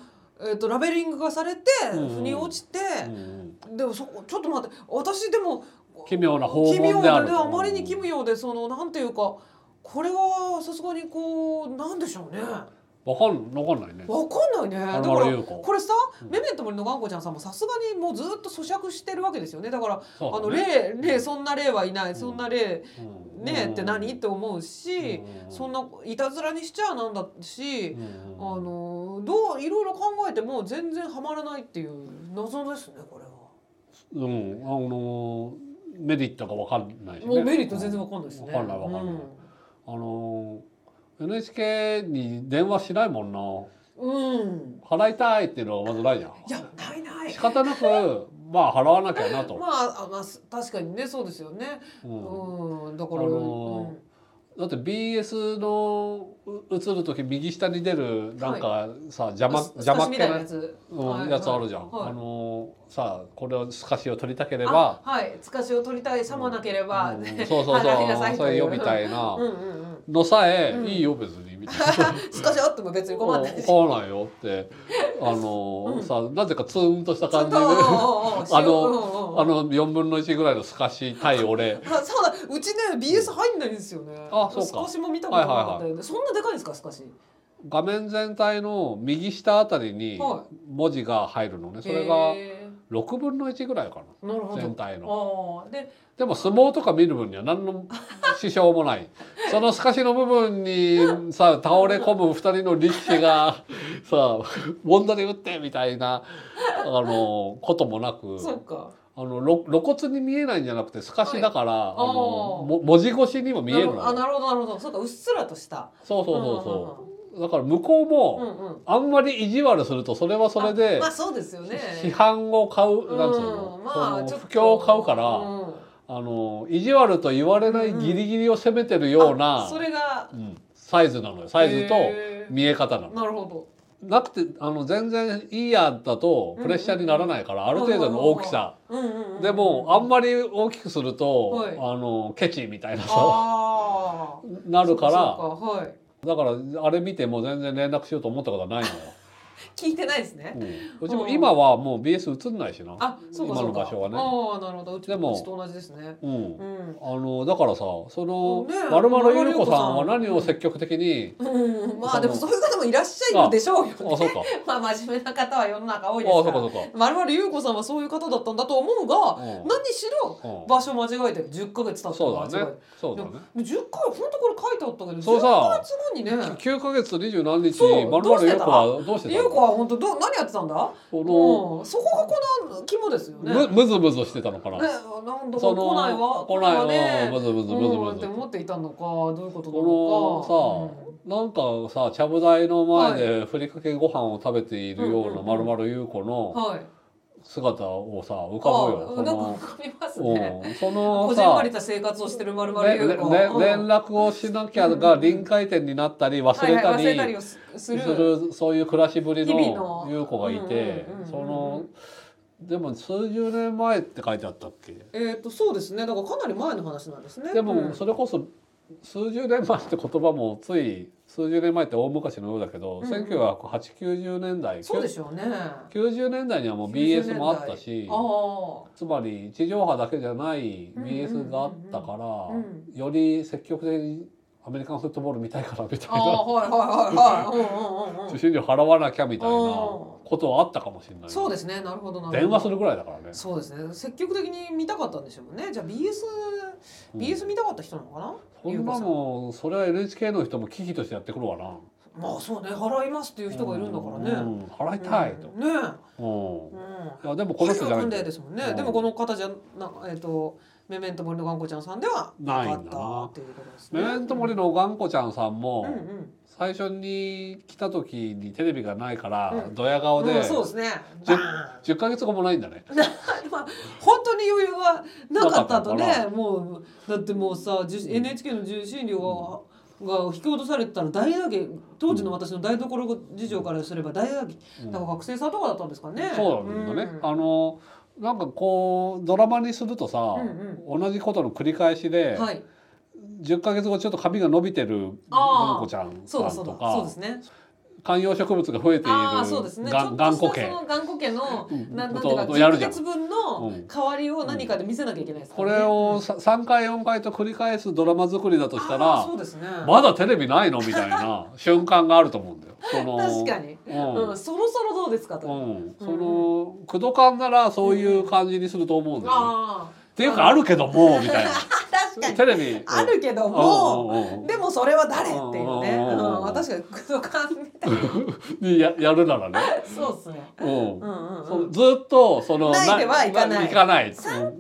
Speaker 2: えー、とラベリングがされて
Speaker 3: うん
Speaker 2: 腑に落ちて、
Speaker 3: うんうん
Speaker 2: でもそこちょっと待って私でも
Speaker 3: 奇妙な訪
Speaker 2: 奇妙
Speaker 3: 問である
Speaker 2: だねあまりに奇妙でそのなんていうかこれはさすがにこうなんでしょうね
Speaker 3: わかんわかんないね
Speaker 2: わかんないねだか
Speaker 3: 丸
Speaker 2: ら
Speaker 3: 々優子
Speaker 2: これさ、メメント森の頑固ちゃんさんもさすがにもうずっと咀嚼してるわけですよねだから
Speaker 3: そうだ
Speaker 2: あの
Speaker 3: ね
Speaker 2: 例例そんな例はいないそんな例
Speaker 3: うん
Speaker 2: ねって何
Speaker 3: う
Speaker 2: っ
Speaker 3: ん
Speaker 2: て思うし
Speaker 3: うん
Speaker 2: そんないたずらにしちゃなんだし
Speaker 3: うん
Speaker 2: あのどういろいろ考えても全然ハマらないっていう謎ですねこれは。
Speaker 3: うんあのメリットがわかんないしね
Speaker 2: もうメリット全然わかんないですね。
Speaker 3: わかんないわかんない
Speaker 2: うん
Speaker 3: あの NHK に電話しないもんな
Speaker 2: うん。
Speaker 3: 払いたいっていうのはまずないじゃん
Speaker 2: いや、ないない
Speaker 3: 仕。方なくまあ払わなきゃなと
Speaker 2: まあ、あまあ、す確かにね、そうですよね。
Speaker 3: う
Speaker 2: うんん、だから、
Speaker 3: あのだって BS のう映る時右下に出るなんかさ、邪魔邪魔っ
Speaker 2: み
Speaker 3: け
Speaker 2: たい
Speaker 3: な
Speaker 2: な
Speaker 3: や
Speaker 2: や
Speaker 3: つ,、
Speaker 2: つ。
Speaker 3: うん
Speaker 2: はい
Speaker 3: やつあるじゃん、
Speaker 2: はい
Speaker 3: あのーさこれを透かしを取りたけれ
Speaker 2: あ
Speaker 3: ば、
Speaker 2: はい、つかしを取りたい、さもなければ。
Speaker 3: うん
Speaker 2: ね (laughs)
Speaker 3: そうそうそ
Speaker 2: 払いなさ
Speaker 3: う
Speaker 2: い
Speaker 3: そ
Speaker 2: と
Speaker 3: れ
Speaker 2: い
Speaker 3: よみたいな
Speaker 2: うんうんうん。
Speaker 3: のさえ、
Speaker 2: うん
Speaker 3: いいよ別にみたい
Speaker 2: (laughs)
Speaker 3: な
Speaker 2: つかしあっても別に困んないし。
Speaker 3: 怒らないよってあのー
Speaker 2: うん
Speaker 3: さなぜかツーンとした感
Speaker 2: (laughs)
Speaker 3: じで
Speaker 2: あ
Speaker 3: あのあの4分の1ぐらいの透かし対俺
Speaker 2: あ (laughs) そうだうちね BS 入んないんですよね
Speaker 3: あそうか
Speaker 2: スカシも見たことなかったよねそんなでかいんですかスカシ
Speaker 3: 画面全体の右下あたりに
Speaker 2: は
Speaker 3: 文字が入るのね、それが
Speaker 2: へ
Speaker 3: 6分の1ぐらいかな。
Speaker 2: ーなるほ
Speaker 3: 全
Speaker 2: ど
Speaker 3: 体の
Speaker 2: ああで
Speaker 3: でも相撲とか見る分には
Speaker 2: (laughs)
Speaker 3: 何の支障もないその透かしの部分にさ倒れ込む2人の力士がさもんだり打ってみたいなあのこともなく
Speaker 2: そうか
Speaker 3: あのろ露骨に見えないんじゃなくて透かしだから、あ
Speaker 2: あ
Speaker 3: の
Speaker 2: ー
Speaker 3: も文字越しにも見えるの
Speaker 2: なあ
Speaker 3: よ
Speaker 2: なるほどなるほどそうかうっすらとした
Speaker 3: そうそうそうそうだから向こう
Speaker 2: うんうん
Speaker 3: も
Speaker 2: うんうん
Speaker 3: あんまり意地悪するとそれはそれで
Speaker 2: まあそうですよね
Speaker 3: 批判を買うなんつうの,、
Speaker 2: うんまあちょ
Speaker 3: その
Speaker 2: っと
Speaker 3: 不況を買うから。
Speaker 2: うん
Speaker 3: あの意地悪と言われないギリギリを攻めてるような、
Speaker 2: あそれが
Speaker 3: うんサイズなのよサイズと
Speaker 2: へー
Speaker 3: 見え方なの
Speaker 2: なるほ
Speaker 3: なくてあの全然いいやだとプレッシャーにならないから、ある程度の大きさ、
Speaker 2: どうんうんうん
Speaker 3: でもあんまり大きくすると、
Speaker 2: はい
Speaker 3: あのケチみたいなさ
Speaker 2: あー
Speaker 3: (laughs) なるから
Speaker 2: そうかはい
Speaker 3: だからあれ見ても全然連絡しようと思ったことはないのよ、
Speaker 2: 聞いてないですね
Speaker 3: うん、うちも今はもう BS 映んないしな、
Speaker 2: あそうか
Speaker 3: 今
Speaker 2: そ
Speaker 3: の
Speaker 2: うか
Speaker 3: 場所はね
Speaker 2: ああなるほどうち
Speaker 3: でも
Speaker 2: うちと同じですね
Speaker 3: うん
Speaker 2: う、ん
Speaker 3: あのだからさその、
Speaker 2: ね
Speaker 3: まるまるゆる子さん
Speaker 2: ま
Speaker 3: は
Speaker 2: るまる
Speaker 3: 何
Speaker 2: ゆ
Speaker 3: を
Speaker 2: うこさん
Speaker 3: 積極的に、
Speaker 2: うんまあでもそういう方もいらっしゃるでしょうよ
Speaker 3: あそうか
Speaker 2: まあ真面目な方は世の中多い
Speaker 3: あ
Speaker 2: で
Speaker 3: そう
Speaker 2: す
Speaker 3: か
Speaker 2: か
Speaker 3: そう
Speaker 2: ら
Speaker 3: か。
Speaker 2: まるまる優子さんはそういう方だったんだと思うが
Speaker 3: うん
Speaker 2: 何しろ
Speaker 3: うん
Speaker 2: 場所間違えてる10ヶ月経った
Speaker 3: そう
Speaker 2: から間違えて
Speaker 3: だね
Speaker 2: る。
Speaker 3: そうだね。
Speaker 2: 10回本当これ書いてあったけど
Speaker 3: そう
Speaker 2: 10
Speaker 3: さ
Speaker 2: ヶ月後にね
Speaker 3: 九ヶ月と二十何日
Speaker 2: そう
Speaker 3: まるま
Speaker 2: どう
Speaker 3: る
Speaker 2: して
Speaker 3: よ
Speaker 2: た
Speaker 3: こはどうしてた
Speaker 2: 優
Speaker 3: の？
Speaker 2: 子子は本当どう何やってたんだ？
Speaker 3: この
Speaker 2: うん、そこがこの肝ですよね。
Speaker 3: む
Speaker 2: ね、
Speaker 3: むずむずしてたのかな
Speaker 2: なんだか
Speaker 3: その
Speaker 2: 来ないわ、
Speaker 3: 来ないわ
Speaker 2: ね、
Speaker 3: むずむずむず
Speaker 2: うん
Speaker 3: む
Speaker 2: って
Speaker 3: ず
Speaker 2: 思っていたのか、どういうことな
Speaker 3: こ
Speaker 2: の
Speaker 3: の
Speaker 2: か。
Speaker 3: さ、なんかさちゃぶ台の前でふりかけご飯を食べているようなまるまる優子
Speaker 2: うん
Speaker 3: の
Speaker 2: はい。
Speaker 3: 姿をさ浮か
Speaker 2: あ、
Speaker 3: ぶ
Speaker 2: なん
Speaker 3: よ
Speaker 2: か浮かびます
Speaker 3: その、
Speaker 2: ね。
Speaker 3: うん、そ
Speaker 2: こ
Speaker 3: の
Speaker 2: じんま
Speaker 3: さ
Speaker 2: りした生活をしてるまるま
Speaker 3: ね
Speaker 2: る
Speaker 3: ね
Speaker 2: 優
Speaker 3: ね
Speaker 2: 子。
Speaker 3: 連
Speaker 2: うん
Speaker 3: 絡をしなきゃが臨界点になったり忘れた
Speaker 2: はいはい、忘れた
Speaker 3: り
Speaker 2: りをす
Speaker 3: す
Speaker 2: する。
Speaker 3: るそういう暮らしぶり
Speaker 2: 日々の
Speaker 3: の優子がいて
Speaker 2: うんうんうんうん
Speaker 3: そのでも数十年前って書いてあったっけ
Speaker 2: えっ、とそうですね。だからかなり前の話なんですね。
Speaker 3: で
Speaker 2: うん
Speaker 3: もそれこそ数十年前って言葉もつい数十年前って大昔のようだけど、
Speaker 2: うんうん
Speaker 3: 1980年代
Speaker 2: そうでしょうね。
Speaker 3: 90年代にはもう
Speaker 2: 90
Speaker 3: BS もあったし
Speaker 2: あ
Speaker 3: つまり地上波だけじゃない
Speaker 2: うんうんうん
Speaker 3: BS があったから、
Speaker 2: うん
Speaker 3: より積極的にアメリカンフットボール見たいからみたい (laughs)
Speaker 2: あ、ああ
Speaker 3: な
Speaker 2: はいはいはいはい、うんうんうんう
Speaker 3: 受
Speaker 2: ん。
Speaker 3: 信料払わなきゃみたいな
Speaker 2: うん
Speaker 3: ことはあったかもしれない、
Speaker 2: そうですね、なるほどなるほど。
Speaker 3: 電話するぐらいだからね。
Speaker 2: そうですね、積極的に見たかったんでしょうね。じゃあ BS、
Speaker 3: うん
Speaker 2: BS 見たかった人なのかな？
Speaker 3: そんなもんそれは NHK の人も忌避としてやってくるわな。
Speaker 2: まあそうね、払いますっていう人がいるんだからね。
Speaker 3: うん払いたいと。
Speaker 2: うんね
Speaker 3: うん
Speaker 2: え。うん。
Speaker 3: いやでも
Speaker 2: こ
Speaker 3: この
Speaker 2: の人
Speaker 3: 人じ
Speaker 2: じ
Speaker 3: ゃ
Speaker 2: ゃ
Speaker 3: ない
Speaker 2: なんい
Speaker 3: だよ
Speaker 2: ですもんね、
Speaker 3: うん
Speaker 2: でもこの方じゃなえっ、とメメント森の頑固ちゃんさんでは
Speaker 3: ない
Speaker 2: か
Speaker 3: ん
Speaker 2: っ
Speaker 3: だ
Speaker 2: た
Speaker 3: な
Speaker 2: っていうことですね。
Speaker 3: メメントモリの頑固ちゃんさん
Speaker 2: うんうん
Speaker 3: も最初に来た時にテレビがないから
Speaker 2: うん
Speaker 3: ドヤ顔
Speaker 2: う
Speaker 3: で
Speaker 2: んそうですね。
Speaker 3: じゅ
Speaker 2: バーン
Speaker 3: 10ヶ月後もないんだね。
Speaker 2: まあ本当に余裕はなかったと
Speaker 3: なかっ
Speaker 2: ねもうだってもうさ受 NHK の受信料が,、が引き落とされてたら大打撃当時の私の台所事情からすれば大打撃、
Speaker 3: うん
Speaker 2: だから学生さんとかだったんですかね
Speaker 3: そうなんだね。
Speaker 2: うん
Speaker 3: あのなんかこうドラマにするとさ
Speaker 2: うん
Speaker 3: 同じことの繰り返しで
Speaker 2: はい
Speaker 3: 10ヶ月後ちょっと髪が伸びてる
Speaker 2: あー
Speaker 3: 頑固ちゃんさ
Speaker 2: そうだそ
Speaker 3: ん
Speaker 2: う
Speaker 3: と
Speaker 2: だそう
Speaker 3: か
Speaker 2: ですね
Speaker 3: 観葉植物が増えてい
Speaker 2: ああそうです
Speaker 3: る
Speaker 2: ね
Speaker 3: がん頑固
Speaker 2: ちょっ
Speaker 3: 系
Speaker 2: とした。その頑固家の
Speaker 3: うん
Speaker 2: ななんて
Speaker 3: こ
Speaker 2: い
Speaker 3: と
Speaker 2: うか
Speaker 3: ことやる
Speaker 2: 10
Speaker 3: じゃん
Speaker 2: 月分の
Speaker 3: うん
Speaker 2: 代わりを何かで見せなきゃいけないですか
Speaker 3: こ
Speaker 2: らね
Speaker 3: れをさ3回4回と繰り返すドラマ作りだとした
Speaker 2: あー
Speaker 3: ら
Speaker 2: そうですね、
Speaker 3: まだテレビないのみた
Speaker 2: (laughs)
Speaker 3: いな瞬間があると思うんだよ。その
Speaker 2: 確かに、
Speaker 3: うん
Speaker 2: うん、そろそろどうですかと、
Speaker 3: うん、その駆動感ならそういう感じにすると思うんだよね、
Speaker 2: ああ
Speaker 3: っていうかあるけどもみたいな
Speaker 2: 確かに
Speaker 3: テレビうん
Speaker 2: あるけども、
Speaker 3: うんうんうん
Speaker 2: でもそれは誰っていうね、
Speaker 3: うんうんうん
Speaker 2: うん、確かにクドカンみたいな
Speaker 3: にややるならね、
Speaker 2: そうっすね
Speaker 3: うん
Speaker 2: うんうん
Speaker 3: そううん
Speaker 2: ぐ
Speaker 3: ずっとその
Speaker 2: ないではいかない
Speaker 3: 行かない
Speaker 2: 三
Speaker 3: うん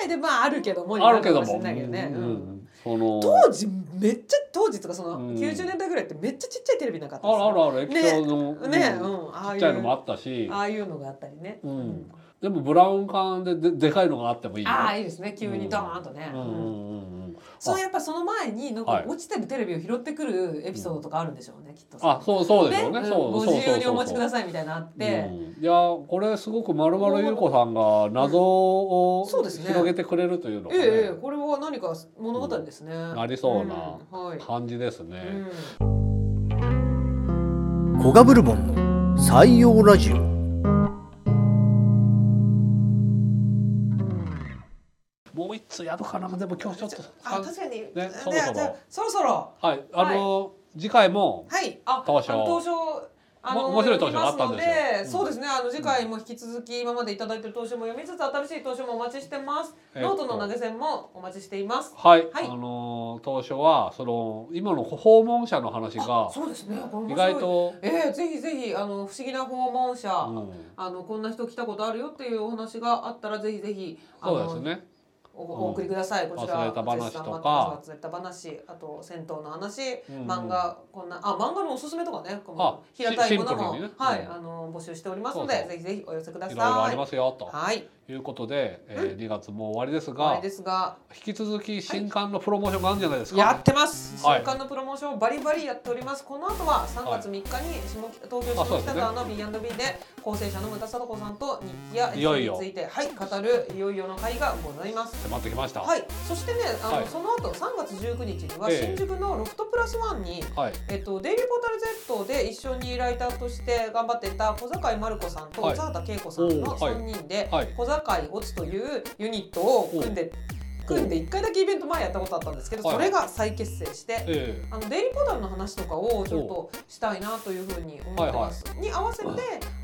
Speaker 2: らいでまああるけどもに
Speaker 3: あ
Speaker 2: な
Speaker 3: るけ
Speaker 2: か
Speaker 3: ど
Speaker 2: もし
Speaker 3: も
Speaker 2: れないけどね、
Speaker 3: う
Speaker 2: うんん
Speaker 3: うんその
Speaker 2: 当時めっちゃ当時とかその
Speaker 3: うん
Speaker 2: 90年代ぐらいってめっちゃちっちゃいテレビなかった
Speaker 3: あるあるある液
Speaker 2: ね
Speaker 3: 晶の、うん
Speaker 2: ね、う
Speaker 3: ち
Speaker 2: ん、ああ
Speaker 3: っ
Speaker 2: い
Speaker 3: ちゃいのもあ
Speaker 2: う
Speaker 3: ったし
Speaker 2: ああいうのがあったりね、
Speaker 3: うんでもブラウン管でででかいのがあってもいいよ
Speaker 2: ああいいですね急にドーンとね、
Speaker 3: うん
Speaker 2: うん
Speaker 3: うんうんうん
Speaker 2: そうやっぱその前になん
Speaker 3: は
Speaker 2: か
Speaker 3: い
Speaker 2: 落ちてるテレビを拾ってくるエピソードとかあるんでしょうね、きっと
Speaker 3: あそうそうでしょうね
Speaker 2: うん
Speaker 3: そう
Speaker 2: ご
Speaker 3: そう
Speaker 2: 自
Speaker 3: そう
Speaker 2: 由
Speaker 3: そう
Speaker 2: にお持ちくださいみたいなのあって、
Speaker 3: うんいやこれすごくまるまるゆうこさんが謎を
Speaker 2: そうですね
Speaker 3: 広げてくれるというのが、ね
Speaker 2: ええええこれは何か物語ですね、
Speaker 3: んありそうな
Speaker 2: うんはい、
Speaker 3: 感じですね、
Speaker 2: うん
Speaker 1: コガブルボンの採用ラジオ
Speaker 3: もう一つやるかなでも今日ちょっと
Speaker 2: あ確かに、ね
Speaker 3: ねそろそろ
Speaker 2: じゃあそろそろ
Speaker 3: はいあの、次回も
Speaker 2: はいあ
Speaker 3: 当初
Speaker 2: あの当初あの
Speaker 3: も面白い当初があったんですよ
Speaker 2: 見ますの
Speaker 3: うん
Speaker 2: そうですねあの次回も引き続き今までいただいてる当初も読みつつ新しい当初もお待ちしてます、
Speaker 3: えっと
Speaker 2: ノートの投げ銭もお待ちしています
Speaker 3: はい、
Speaker 2: はい
Speaker 3: あの当初はその今の訪問者の話が
Speaker 2: そうですねこれ
Speaker 3: 意
Speaker 2: 面白い
Speaker 3: 外と、
Speaker 2: ええぜひぜひあの不思議な訪問者、
Speaker 3: うん
Speaker 2: あのこんな人来たことあるよっていうお話があったらぜひぜひあ
Speaker 3: そう
Speaker 2: の
Speaker 3: ですね
Speaker 2: おお送りください、こちら
Speaker 3: 忘れた話とか
Speaker 2: 忘れた話あと銭湯の話、
Speaker 3: うん
Speaker 2: 漫画こんなあ漫画のおすすめとかねこ
Speaker 3: あ
Speaker 2: の平たいもの
Speaker 3: シン
Speaker 2: も、
Speaker 3: プルにね
Speaker 2: はい、
Speaker 3: うん
Speaker 2: あの募集しておりますので
Speaker 3: そうそう
Speaker 2: ぜひぜひお寄せくだ
Speaker 3: いろ
Speaker 2: さい
Speaker 3: いろありますよと
Speaker 2: はい
Speaker 3: いうことで、えー、2月もう終わりです
Speaker 2: 終わり
Speaker 3: が
Speaker 2: ですが
Speaker 3: 引き続き新刊のプロモーションがあるんじゃないですか、
Speaker 2: やってます新
Speaker 3: はい
Speaker 2: 刊のプロモーションをバリバリやっておりますこの後は3月3日に下北東京下北沢の B&B で構成者の牟田貞子さんと日記やエッセイ
Speaker 3: いよいよ
Speaker 2: についてはい語るいよいよの会がございます
Speaker 3: 迫ってきました
Speaker 2: はい、そしてね、あの、
Speaker 3: はい
Speaker 2: その後3月19日には
Speaker 3: ええ
Speaker 2: 新宿のロフトプラスワンに、
Speaker 3: はい
Speaker 2: えっと、デイリーポータル Z で一緒にライターとして頑張っていた小坂井まる子さんと
Speaker 3: はい
Speaker 2: 宇佐畑恵子さん
Speaker 3: お
Speaker 2: の
Speaker 3: ーはい
Speaker 2: 3人で
Speaker 3: はい
Speaker 2: 小坂井オツというユニットを組んで組んで1回だけイベント前やったことあったんですけど
Speaker 3: はい
Speaker 2: それが再結成して。
Speaker 3: え
Speaker 2: あのデイリーポータルの話とかをちょっとしたいなというふうに思ってます。に合わせて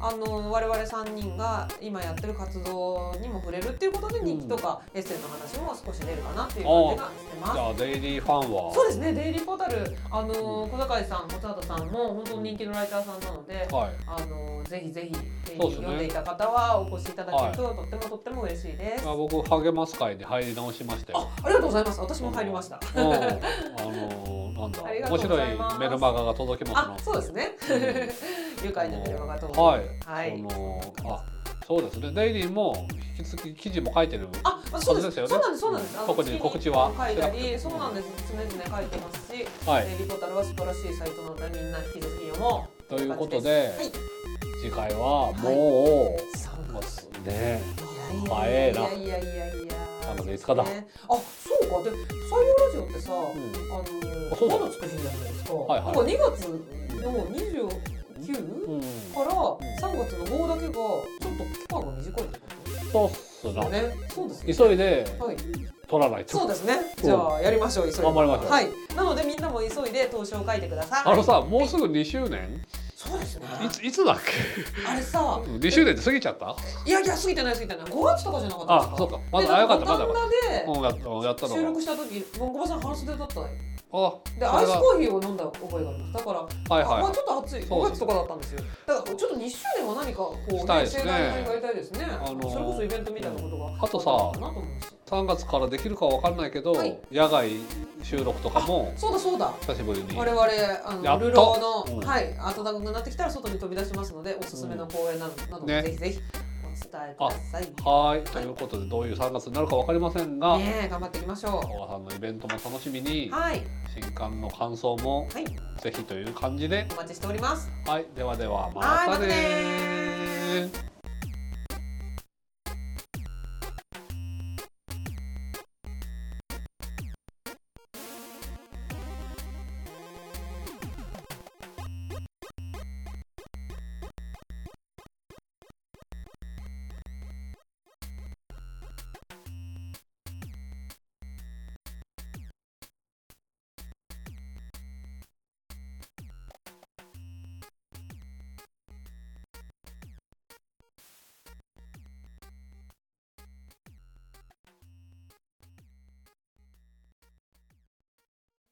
Speaker 2: あの我々3人が今やってる活動にも触れるっていうことで日記とかエッセイの話も少し出るかなっていう感じがしてます
Speaker 3: じゃあデイリーファンは
Speaker 2: そうですね、デイリーポータル、あのー小坂井さん、小坂さんも本当に人気のライターさんなので、
Speaker 3: はい
Speaker 2: あのーぜひぜひデイリ
Speaker 3: そ
Speaker 2: ー
Speaker 3: うですね
Speaker 2: 読んでいた方はお越しいただけると、とってもとっても嬉しいです。
Speaker 3: あ
Speaker 2: あ
Speaker 3: 僕励ます会に入り直しましたよ。
Speaker 2: ありがとうございます。私も入りました。
Speaker 3: うん、あのなんだ
Speaker 2: ありがとう
Speaker 3: 面
Speaker 2: ご
Speaker 3: 白
Speaker 2: ざい
Speaker 3: い
Speaker 2: ます
Speaker 3: メルマガが届きます
Speaker 2: あ
Speaker 3: な、。
Speaker 2: そうですね。愉快なメルマガと思。
Speaker 3: はいい。
Speaker 2: はい
Speaker 3: そのあそうですね。デイリーも引き続き記事も書いてる。
Speaker 2: あ、あそうです。
Speaker 3: そうですよね
Speaker 2: そうなんです。そうなんです。あの
Speaker 3: 特に
Speaker 2: 月
Speaker 3: 告知は
Speaker 2: 書いたり、そうなんです。常々書いてますし、
Speaker 3: はい
Speaker 2: デイリーポータルは素晴らしいサイトなのでみんな引き続き読もう。
Speaker 3: ということで、
Speaker 2: はい
Speaker 3: 次回はも
Speaker 2: 三
Speaker 3: う、
Speaker 2: 月
Speaker 3: まあ
Speaker 2: い
Speaker 3: ね
Speaker 2: やいやいやいやいやいや。
Speaker 3: なので5日だ。
Speaker 2: ねあ、そうか。で、採用ラジオってさ、
Speaker 3: うん
Speaker 2: あの
Speaker 3: あそうだ
Speaker 2: まだつく日じゃないですか。
Speaker 3: はいはい
Speaker 2: だから二月の二十九
Speaker 3: うん、
Speaker 2: から三月の五だけがちょっと期間が短いって
Speaker 3: そうっす
Speaker 2: こと
Speaker 3: な。
Speaker 2: ですよね。そうですね。
Speaker 3: 急いで
Speaker 2: はい。
Speaker 3: 取らないと。
Speaker 2: そうですね。じゃあやりましょう。急いで。
Speaker 3: 頑張りましょう
Speaker 2: はい。なのでみんなも急いで投資を書いてください。
Speaker 3: あのさ、もうすぐ2周年
Speaker 2: そうですね。
Speaker 3: いついつだっ
Speaker 2: あれさ
Speaker 3: け、?2 周年って過ぎちゃった
Speaker 2: いやいや過ぎてない過ぎてない。五月とかじゃなかったです
Speaker 3: あ
Speaker 2: か。、
Speaker 3: そうか。ま
Speaker 2: で
Speaker 3: だあ
Speaker 2: な
Speaker 3: よ
Speaker 2: ん
Speaker 3: かった、まだ
Speaker 2: 五
Speaker 3: よかっ
Speaker 2: 反
Speaker 3: た。うん、やったやった
Speaker 2: 田で収
Speaker 3: のが
Speaker 2: 録した時、ボンコバさん半袖だったのよ。
Speaker 3: あ、
Speaker 2: で
Speaker 3: そ
Speaker 2: ア
Speaker 3: れ
Speaker 2: イス
Speaker 3: が
Speaker 2: コーヒーを飲んだ覚えがありますだから、
Speaker 3: はい
Speaker 2: まあ
Speaker 3: は
Speaker 2: ちょっと暑い
Speaker 3: そう
Speaker 2: 5
Speaker 3: です
Speaker 2: 月とかだったんですよだからちょっと2周年は何かこう、ね、
Speaker 3: したいですね
Speaker 2: 盛大にやりたいですね、
Speaker 3: あのー
Speaker 2: それこそイベントみたいなことが
Speaker 3: あとさ
Speaker 2: あったのかなと思うし
Speaker 3: い。3月からできるかわかんないけど、
Speaker 2: はい
Speaker 3: 野外収録とかも
Speaker 2: そうだそうだ
Speaker 3: 久しぶりに。
Speaker 2: 我々
Speaker 3: や
Speaker 2: あ
Speaker 3: っ
Speaker 2: の
Speaker 3: と
Speaker 2: ルローの、
Speaker 3: うん
Speaker 2: はい暖かくなってきたら外に飛び出しますのでおすすめの公演など,、なども
Speaker 3: ね
Speaker 2: ぜひぜひお伝えください
Speaker 3: はい、ということでどういう3月になるかわかりませんが、
Speaker 2: ねえ頑張っていきまし
Speaker 3: 小
Speaker 2: ょ
Speaker 3: 川さんのイベントも楽しみに
Speaker 2: う、はい
Speaker 3: 新刊の感想も
Speaker 2: はい
Speaker 3: ぜひという感じで、
Speaker 2: お待ちしております
Speaker 3: はい、ではではま
Speaker 2: はい
Speaker 3: た
Speaker 2: またね
Speaker 3: ねー